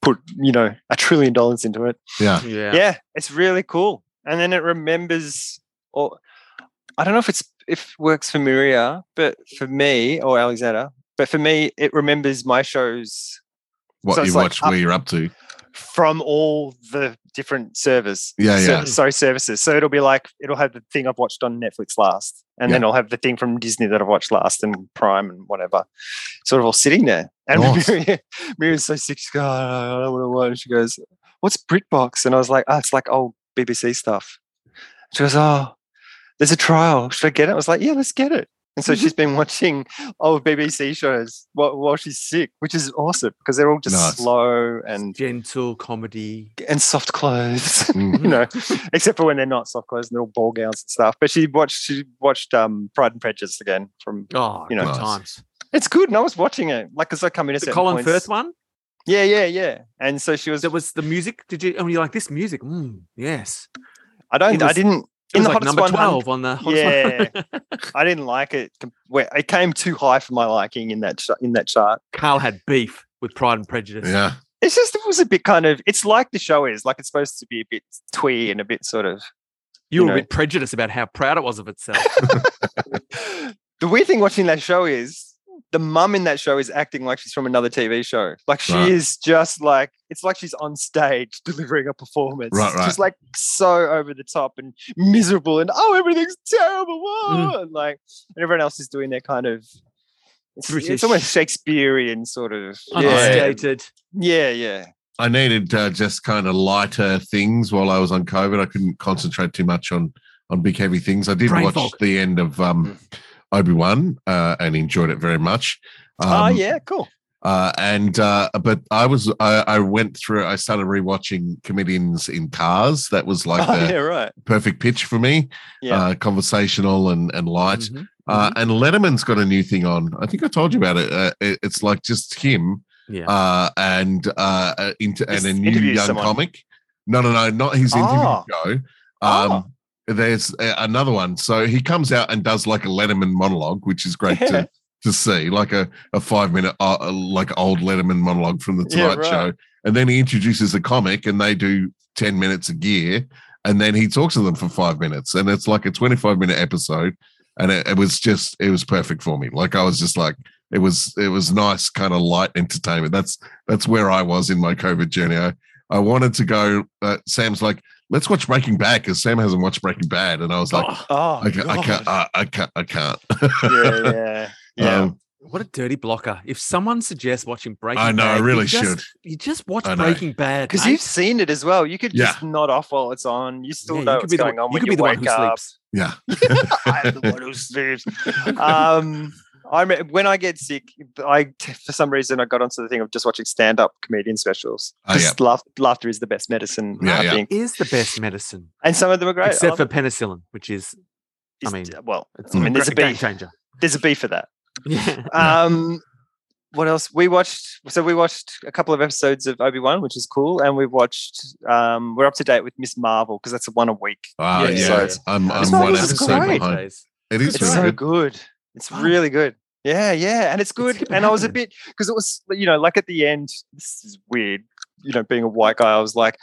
Speaker 5: put you know a trillion dollars into it.
Speaker 1: yeah.
Speaker 4: Yeah.
Speaker 5: Yeah. it's really cool. And then it remembers, or I don't know if it's if it works for Miria, but for me or Alexander, but for me, it remembers my shows
Speaker 1: What
Speaker 5: So
Speaker 1: you
Speaker 5: it's like
Speaker 1: watch,
Speaker 5: up-
Speaker 1: where you're up to.
Speaker 5: from all the different servers.
Speaker 1: Yeah,
Speaker 5: ser-
Speaker 1: yeah.
Speaker 5: sorry, services. So it'll be like it'll have the thing I've watched on Netflix last, and then I'll have the thing from Disney that I've watched last, and Prime and whatever. Sort of all sitting there. And
Speaker 1: Nice.
Speaker 5: Miriam, Miriam's so sick. She's going, "Oh, I don't want to watch. She goes, "What's BritBox?" And I was like, "Oh, it's like old BBC stuff." She goes, "Oh, there's a trial. Should I get it?" I was like, "Yeah, let's get it." And so she's been watching old BBC shows while, while she's sick, which is awesome because they're all just
Speaker 1: Nice.
Speaker 5: slow and
Speaker 4: Gentle comedy.
Speaker 5: and soft clothes,
Speaker 1: Mm.
Speaker 5: you know, except for when they're not soft clothes and they're all ball gowns and stuff. But she watched she watched um, Pride and Prejudice again. From
Speaker 4: Oh,
Speaker 5: You know,
Speaker 4: good
Speaker 1: Nice.
Speaker 4: times.
Speaker 5: it's good, and I was watching it like because I come in at
Speaker 4: The
Speaker 5: certain
Speaker 4: Colin
Speaker 5: points.
Speaker 4: Firth one.
Speaker 5: Yeah, yeah, yeah. And so she was.
Speaker 4: That was the music. Did you? Oh, you like this music? Mm, yes.
Speaker 5: I
Speaker 4: it
Speaker 5: don't. I
Speaker 4: was-
Speaker 5: didn't.
Speaker 4: It
Speaker 5: In
Speaker 4: was
Speaker 5: the
Speaker 4: like
Speaker 5: hottest
Speaker 4: number
Speaker 5: 100
Speaker 4: twelve on the hottest
Speaker 5: Yeah,
Speaker 4: 100.
Speaker 5: I didn't like it. com- Where it came too high for my liking in that ch- in that chart.
Speaker 4: Carl had beef with Pride and Prejudice.
Speaker 1: Yeah.
Speaker 5: It's just it was a bit kind of. It's like the show is like it's supposed to be a bit twee and a bit sort of
Speaker 4: You
Speaker 5: You
Speaker 4: were
Speaker 5: know.
Speaker 4: a bit prejudiced about how proud it was of itself.
Speaker 5: the weird thing watching that show is the mum in that show is acting like she's from another TV show. Like she
Speaker 1: Right.
Speaker 5: is just like it's like she's on stage delivering a performance.
Speaker 1: Right, right.
Speaker 5: She's like so over the top and miserable and oh everything's terrible. Whoa!
Speaker 1: Mm.
Speaker 5: And like and everyone else is doing their kind of it's,
Speaker 4: British.
Speaker 5: it's almost Shakespearean sort of yeah.
Speaker 4: Understated.
Speaker 5: yeah, yeah.
Speaker 1: I needed uh, just kind of lighter things while I was on COVID. I couldn't concentrate too much on on big heavy things. I did
Speaker 4: Brain
Speaker 1: watch
Speaker 4: fog.
Speaker 1: the end of um,
Speaker 5: Mm.
Speaker 1: Obi Wan uh, and enjoyed it very much. Um,
Speaker 5: oh yeah, cool.
Speaker 1: Uh, and uh, but I was I, I went through. I started rewatching comedians in cars. That was like
Speaker 5: oh,
Speaker 1: the
Speaker 5: yeah, right.
Speaker 1: perfect pitch for me.
Speaker 5: Yeah.
Speaker 1: Uh, conversational and and light.
Speaker 4: Mhm.
Speaker 5: Mm-hmm.
Speaker 1: Uh, and Letterman's got a new thing on. I think I told you about it. Uh, it it's like just him
Speaker 4: Yeah.
Speaker 1: uh, and uh, uh, into, and
Speaker 5: Just
Speaker 1: a new
Speaker 5: interview
Speaker 1: young
Speaker 5: someone.
Speaker 1: comic. No, no, no, not his interview
Speaker 5: Oh.
Speaker 1: show. Um,
Speaker 5: Oh.
Speaker 1: There's uh, another one. So he comes out and does like a Letterman monologue, which is great
Speaker 5: Yeah.
Speaker 1: to, to see, like a, a five minute uh, uh, like old Letterman monologue from the
Speaker 5: Yeah,
Speaker 1: Tonight
Speaker 5: right.
Speaker 1: Show. And then he introduces a comic, and they do ten minutes a year, and then he talks to them for five minutes, and it's like a twenty five minute episode, and it, it was just it was perfect for me. Like I was just like it was it was nice kind of light entertainment. That's that's where I was in my COVID journey. I, I wanted to go. Uh, Sam's like, let's watch Breaking Bad because Sam hasn't watched Breaking Bad, and I was like,
Speaker 4: Oh,
Speaker 5: Oh,
Speaker 1: I, ca- I can't,
Speaker 5: God.
Speaker 1: I, I can't, I can't.
Speaker 5: yeah, yeah, yeah.
Speaker 1: uh, Um,
Speaker 4: what a dirty blocker! If someone suggests watching Breaking,
Speaker 1: I know, I
Speaker 4: Bad, you
Speaker 1: really
Speaker 4: just-
Speaker 1: should.
Speaker 4: You just watch
Speaker 1: I know.
Speaker 4: Breaking Bad
Speaker 5: Because
Speaker 4: mate.
Speaker 5: you've seen it as well. You could
Speaker 1: Yeah.
Speaker 5: just nod off while it's on. You still
Speaker 4: Yeah,
Speaker 5: know what's
Speaker 4: be the
Speaker 5: going
Speaker 4: one-
Speaker 5: on
Speaker 4: You
Speaker 5: when
Speaker 4: could
Speaker 5: you,
Speaker 4: be the one
Speaker 5: wake
Speaker 4: who
Speaker 5: up.
Speaker 4: sleeps.
Speaker 1: Yeah,
Speaker 5: I'm the one who sleeps. Um, I rem- when I get sick, I for some reason I got onto the thing of just watching stand-up comedian specials.
Speaker 1: Oh, yeah.
Speaker 5: Just laugh- laughter is the best medicine.
Speaker 1: Yeah,
Speaker 5: I
Speaker 1: yeah.
Speaker 5: think,
Speaker 4: Is the best medicine,
Speaker 5: and some of them are great.
Speaker 4: except for
Speaker 5: Um,
Speaker 4: penicillin, which is I
Speaker 5: is-
Speaker 4: mean,
Speaker 5: well, I mean, there's a
Speaker 4: game
Speaker 5: beef.
Speaker 4: changer.
Speaker 5: There's a B for that.
Speaker 4: Yeah.
Speaker 1: Yeah.
Speaker 5: Um, what else? We watched. So we watched a couple of episodes of Obi Wan, which is cool, and we watched. Um, we're up to date with Miss Marvel because that's one a week.
Speaker 1: Ah,
Speaker 4: Yeah,
Speaker 1: yeah.
Speaker 5: so it's-
Speaker 1: I'm,
Speaker 5: This
Speaker 1: I'm
Speaker 5: one
Speaker 1: one
Speaker 5: was
Speaker 1: episode
Speaker 5: great.
Speaker 1: behind. It is
Speaker 5: It's
Speaker 1: really
Speaker 5: so
Speaker 1: good.
Speaker 5: good. It's
Speaker 4: Wow.
Speaker 5: really good. Yeah, yeah, and it's good.
Speaker 4: keep it
Speaker 5: and I was a
Speaker 4: happening.
Speaker 5: bit because it was, you know, like at the end, this is weird. You know, being a white guy, I was like,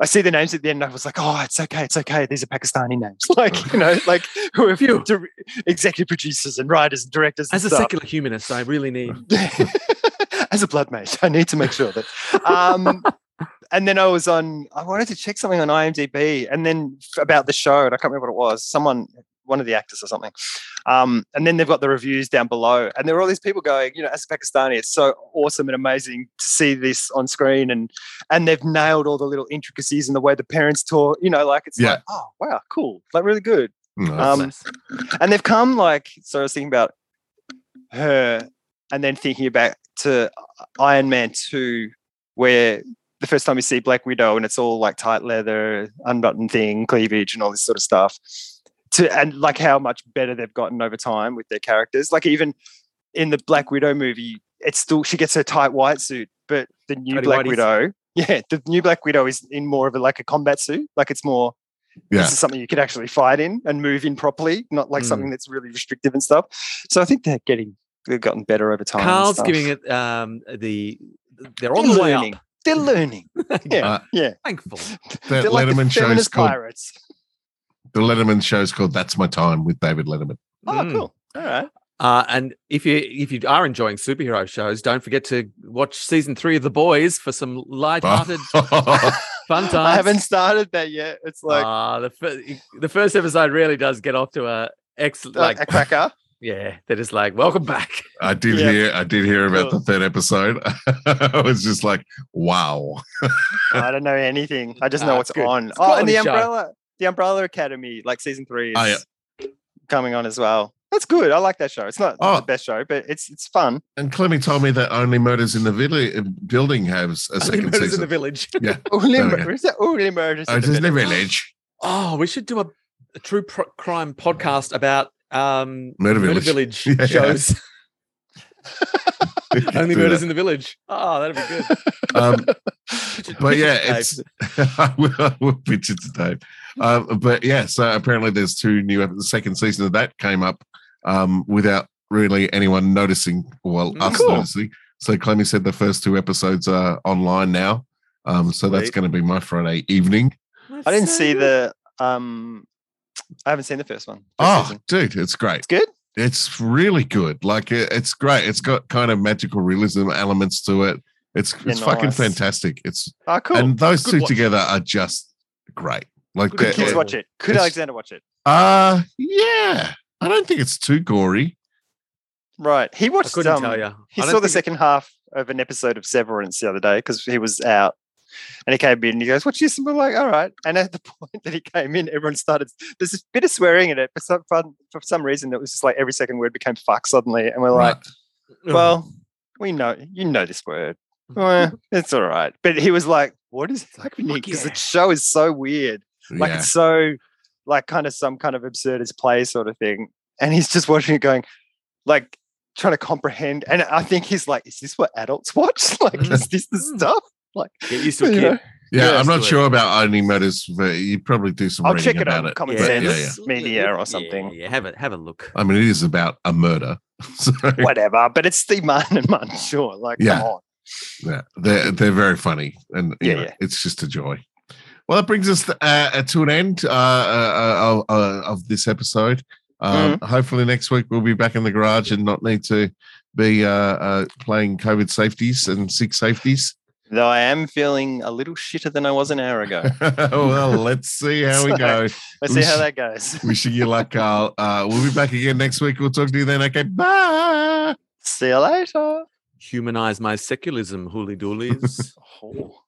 Speaker 5: I see the names at the end, and I was like, oh, it's okay, it's okay. These are Pakistani names, like you know, like who are
Speaker 4: Phew.
Speaker 5: dir- executive producers and writers and directors. And
Speaker 4: As a
Speaker 5: stuff.
Speaker 4: secular humanist, I really need.
Speaker 5: as a blood mate, I need to make sure that. Um, and then I was on. I wanted to check something on IMDb, and then f- about the show, and I can't remember what it was. Someone one of the actors or something. Um, and then they've got the reviews down below, and there are all these people going, you know, as a Pakistani, it's so awesome and amazing to see this on screen, and and they've nailed all the little intricacies and the way the parents talk. You know, like it's
Speaker 1: Yeah.
Speaker 5: like, oh wow, cool, like really good.
Speaker 1: No.
Speaker 5: Um, And they've come like so. I was thinking about her, and then thinking back to Iron Man Two, where the first time you see Black Widow, and it's all like tight leather, unbuttoned thing, cleavage, and all this sort of stuff. To and like how much better they've gotten over time with their characters. Like even in the Black Widow movie, it's still she gets her tight white suit, but the new
Speaker 6: Tidy
Speaker 5: Black
Speaker 6: whities.
Speaker 5: Widow, yeah, the new Black Widow is in more of a like a combat suit. Like it's more
Speaker 1: Yeah.
Speaker 5: this is something you could actually fight in and move in properly, not like
Speaker 6: Mm.
Speaker 5: something that's really restrictive and stuff. So I think they're getting they've gotten better over time. and
Speaker 6: Carl's
Speaker 5: stuff.
Speaker 6: giving it um, the. They're
Speaker 5: They're
Speaker 6: on the way
Speaker 5: learning.
Speaker 6: up,
Speaker 5: They're learning. Yeah,
Speaker 1: Uh,
Speaker 5: yeah.
Speaker 6: thankfully.
Speaker 1: That
Speaker 5: They're like the
Speaker 1: Letterman show's
Speaker 5: feminist
Speaker 1: called
Speaker 5: pirates.
Speaker 1: the Letterman show's called That's My Time with David Letterman.
Speaker 5: Oh,
Speaker 6: Mm.
Speaker 5: cool. All right.
Speaker 6: Uh, and if you if you are enjoying superhero shows, don't forget to watch season three of The Boys for some light-hearted fun times.
Speaker 5: I haven't started that yet. It's like uh,
Speaker 6: Ah, the fir- the first episode really does get off to a excellent.
Speaker 5: uh,
Speaker 6: Like,
Speaker 5: a cracker.
Speaker 6: yeah, they're just like, welcome back.
Speaker 1: I did
Speaker 5: Yeah.
Speaker 1: hear I did hear about
Speaker 5: Cool.
Speaker 1: the third episode. I was just like, wow.
Speaker 5: I don't know anything. I just
Speaker 6: Ah,
Speaker 5: know
Speaker 6: it's
Speaker 5: what's
Speaker 6: good.
Speaker 5: on.
Speaker 6: It's a
Speaker 5: Oh,
Speaker 6: quality
Speaker 5: and the
Speaker 6: show.
Speaker 5: Umbrella, the Umbrella Academy, like season three is
Speaker 1: Oh, yeah.
Speaker 5: coming on as well. That's good. I like that show. It's not
Speaker 1: Oh.
Speaker 5: the best show, but it's it's fun.
Speaker 1: And Clemmy told me that only murders in the Villa- building has a
Speaker 6: Only Murders
Speaker 1: second
Speaker 6: in the
Speaker 1: season.
Speaker 6: Village.
Speaker 5: Only,
Speaker 1: There we
Speaker 5: mur-
Speaker 1: go.
Speaker 5: is that only murders?
Speaker 1: Oh,
Speaker 5: in
Speaker 1: it's
Speaker 5: the
Speaker 1: in the
Speaker 5: Village.
Speaker 1: village.
Speaker 6: Oh, we should do a, a true pro- crime podcast about um,
Speaker 1: Murder
Speaker 6: Murder
Speaker 1: Village.
Speaker 6: Village
Speaker 1: Yeah, yeah.
Speaker 6: shows. Only
Speaker 1: Do
Speaker 6: Murders
Speaker 1: that.
Speaker 6: in the Village. Oh, that'd be good.
Speaker 1: Um,
Speaker 6: Pitch it-
Speaker 1: but
Speaker 6: pitch it
Speaker 1: yeah,
Speaker 6: to Dave.
Speaker 1: it's I will, I will pitch it to Dave. Um, but yeah, so apparently there's two new ep- the second season of that came up um, without really anyone noticing. Well,
Speaker 6: Mm,
Speaker 1: us
Speaker 5: cool.
Speaker 1: noticing. So Clemmy said the first two episodes are online now. Um, so that's
Speaker 5: Sweet.
Speaker 1: going to be my Friday evening.
Speaker 5: I didn't see the um I haven't seen the first one. first
Speaker 6: Ah.
Speaker 1: Oh,
Speaker 5: season.
Speaker 1: dude, it's great.
Speaker 5: It's good.
Speaker 1: It's really good. Like it, it's great. It's got kind of magical realism elements to it. It's
Speaker 5: Yeah,
Speaker 1: it's fucking
Speaker 5: nice.
Speaker 1: fantastic. It's
Speaker 5: Oh, cool.
Speaker 1: and those
Speaker 6: Good
Speaker 1: two
Speaker 6: watch.
Speaker 1: together are just great.
Speaker 6: Good
Speaker 1: Like
Speaker 5: Could
Speaker 1: they're-
Speaker 5: kids
Speaker 6: yeah.
Speaker 5: watch it? Could
Speaker 1: It's-
Speaker 5: Alexander watch it?
Speaker 1: Uh yeah. I don't think it's too gory.
Speaker 5: Right. He
Speaker 6: I
Speaker 5: watched
Speaker 6: couldn't
Speaker 5: um,
Speaker 6: tell you.
Speaker 5: he saw the second half of an episode of Severance the other day because he was out. And he came in and he goes, What's this? And we're like, All right. And at the point that he came in, everyone started, there's a bit of swearing in it. But some, fun, for some reason, it was just like every second word became fuck suddenly. And we're like, well, we know you know this word. Eh, it's all right. But he was like, what is happening? Because the show is so weird. Like
Speaker 1: yeah.
Speaker 5: it's so like kind of some kind of absurdist play sort of thing. And he's just watching it going, like trying to comprehend. And I think he's like, is this what adults watch? Like, is this the stuff? Like
Speaker 6: Get used to it,
Speaker 5: you know,
Speaker 6: kid.
Speaker 1: yeah,
Speaker 5: yeah,
Speaker 1: I'm not
Speaker 6: it's good.
Speaker 1: sure about only matters but you probably do some
Speaker 5: I'll
Speaker 1: reading
Speaker 5: check it
Speaker 1: about
Speaker 5: on
Speaker 1: it.
Speaker 5: Common
Speaker 1: but
Speaker 5: Sense
Speaker 1: yeah, yeah.
Speaker 5: Media
Speaker 6: Yeah,
Speaker 5: or something.
Speaker 6: Yeah, have a have a look.
Speaker 1: I mean it is about a murder. So
Speaker 5: Whatever. But it's Steve Martin and Martin Shaw. Like,
Speaker 1: Yeah.
Speaker 5: come on.
Speaker 1: yeah, they're they're very funny and you
Speaker 5: Yeah,
Speaker 1: know,
Speaker 5: yeah.
Speaker 1: it's just a joy. Well, that brings us uh, to an end uh, uh, uh, uh, of this episode. Um,
Speaker 5: Mm-hmm.
Speaker 1: Hopefully, next week we'll be back in the garage and not need to be uh, uh, playing COVID safeties and sick safeties.
Speaker 5: Though I am feeling a little shitter than I was an hour ago.
Speaker 1: well, let's see how we
Speaker 5: So-
Speaker 1: go.
Speaker 5: Let's
Speaker 1: We
Speaker 5: see how
Speaker 1: should-
Speaker 5: that goes.
Speaker 1: Wishing you luck, Carl. Uh, we'll be back again next week. We'll talk to you then. Okay, bye.
Speaker 5: See you later.
Speaker 6: Humanize my secularism, hooly doolies.
Speaker 5: Oh.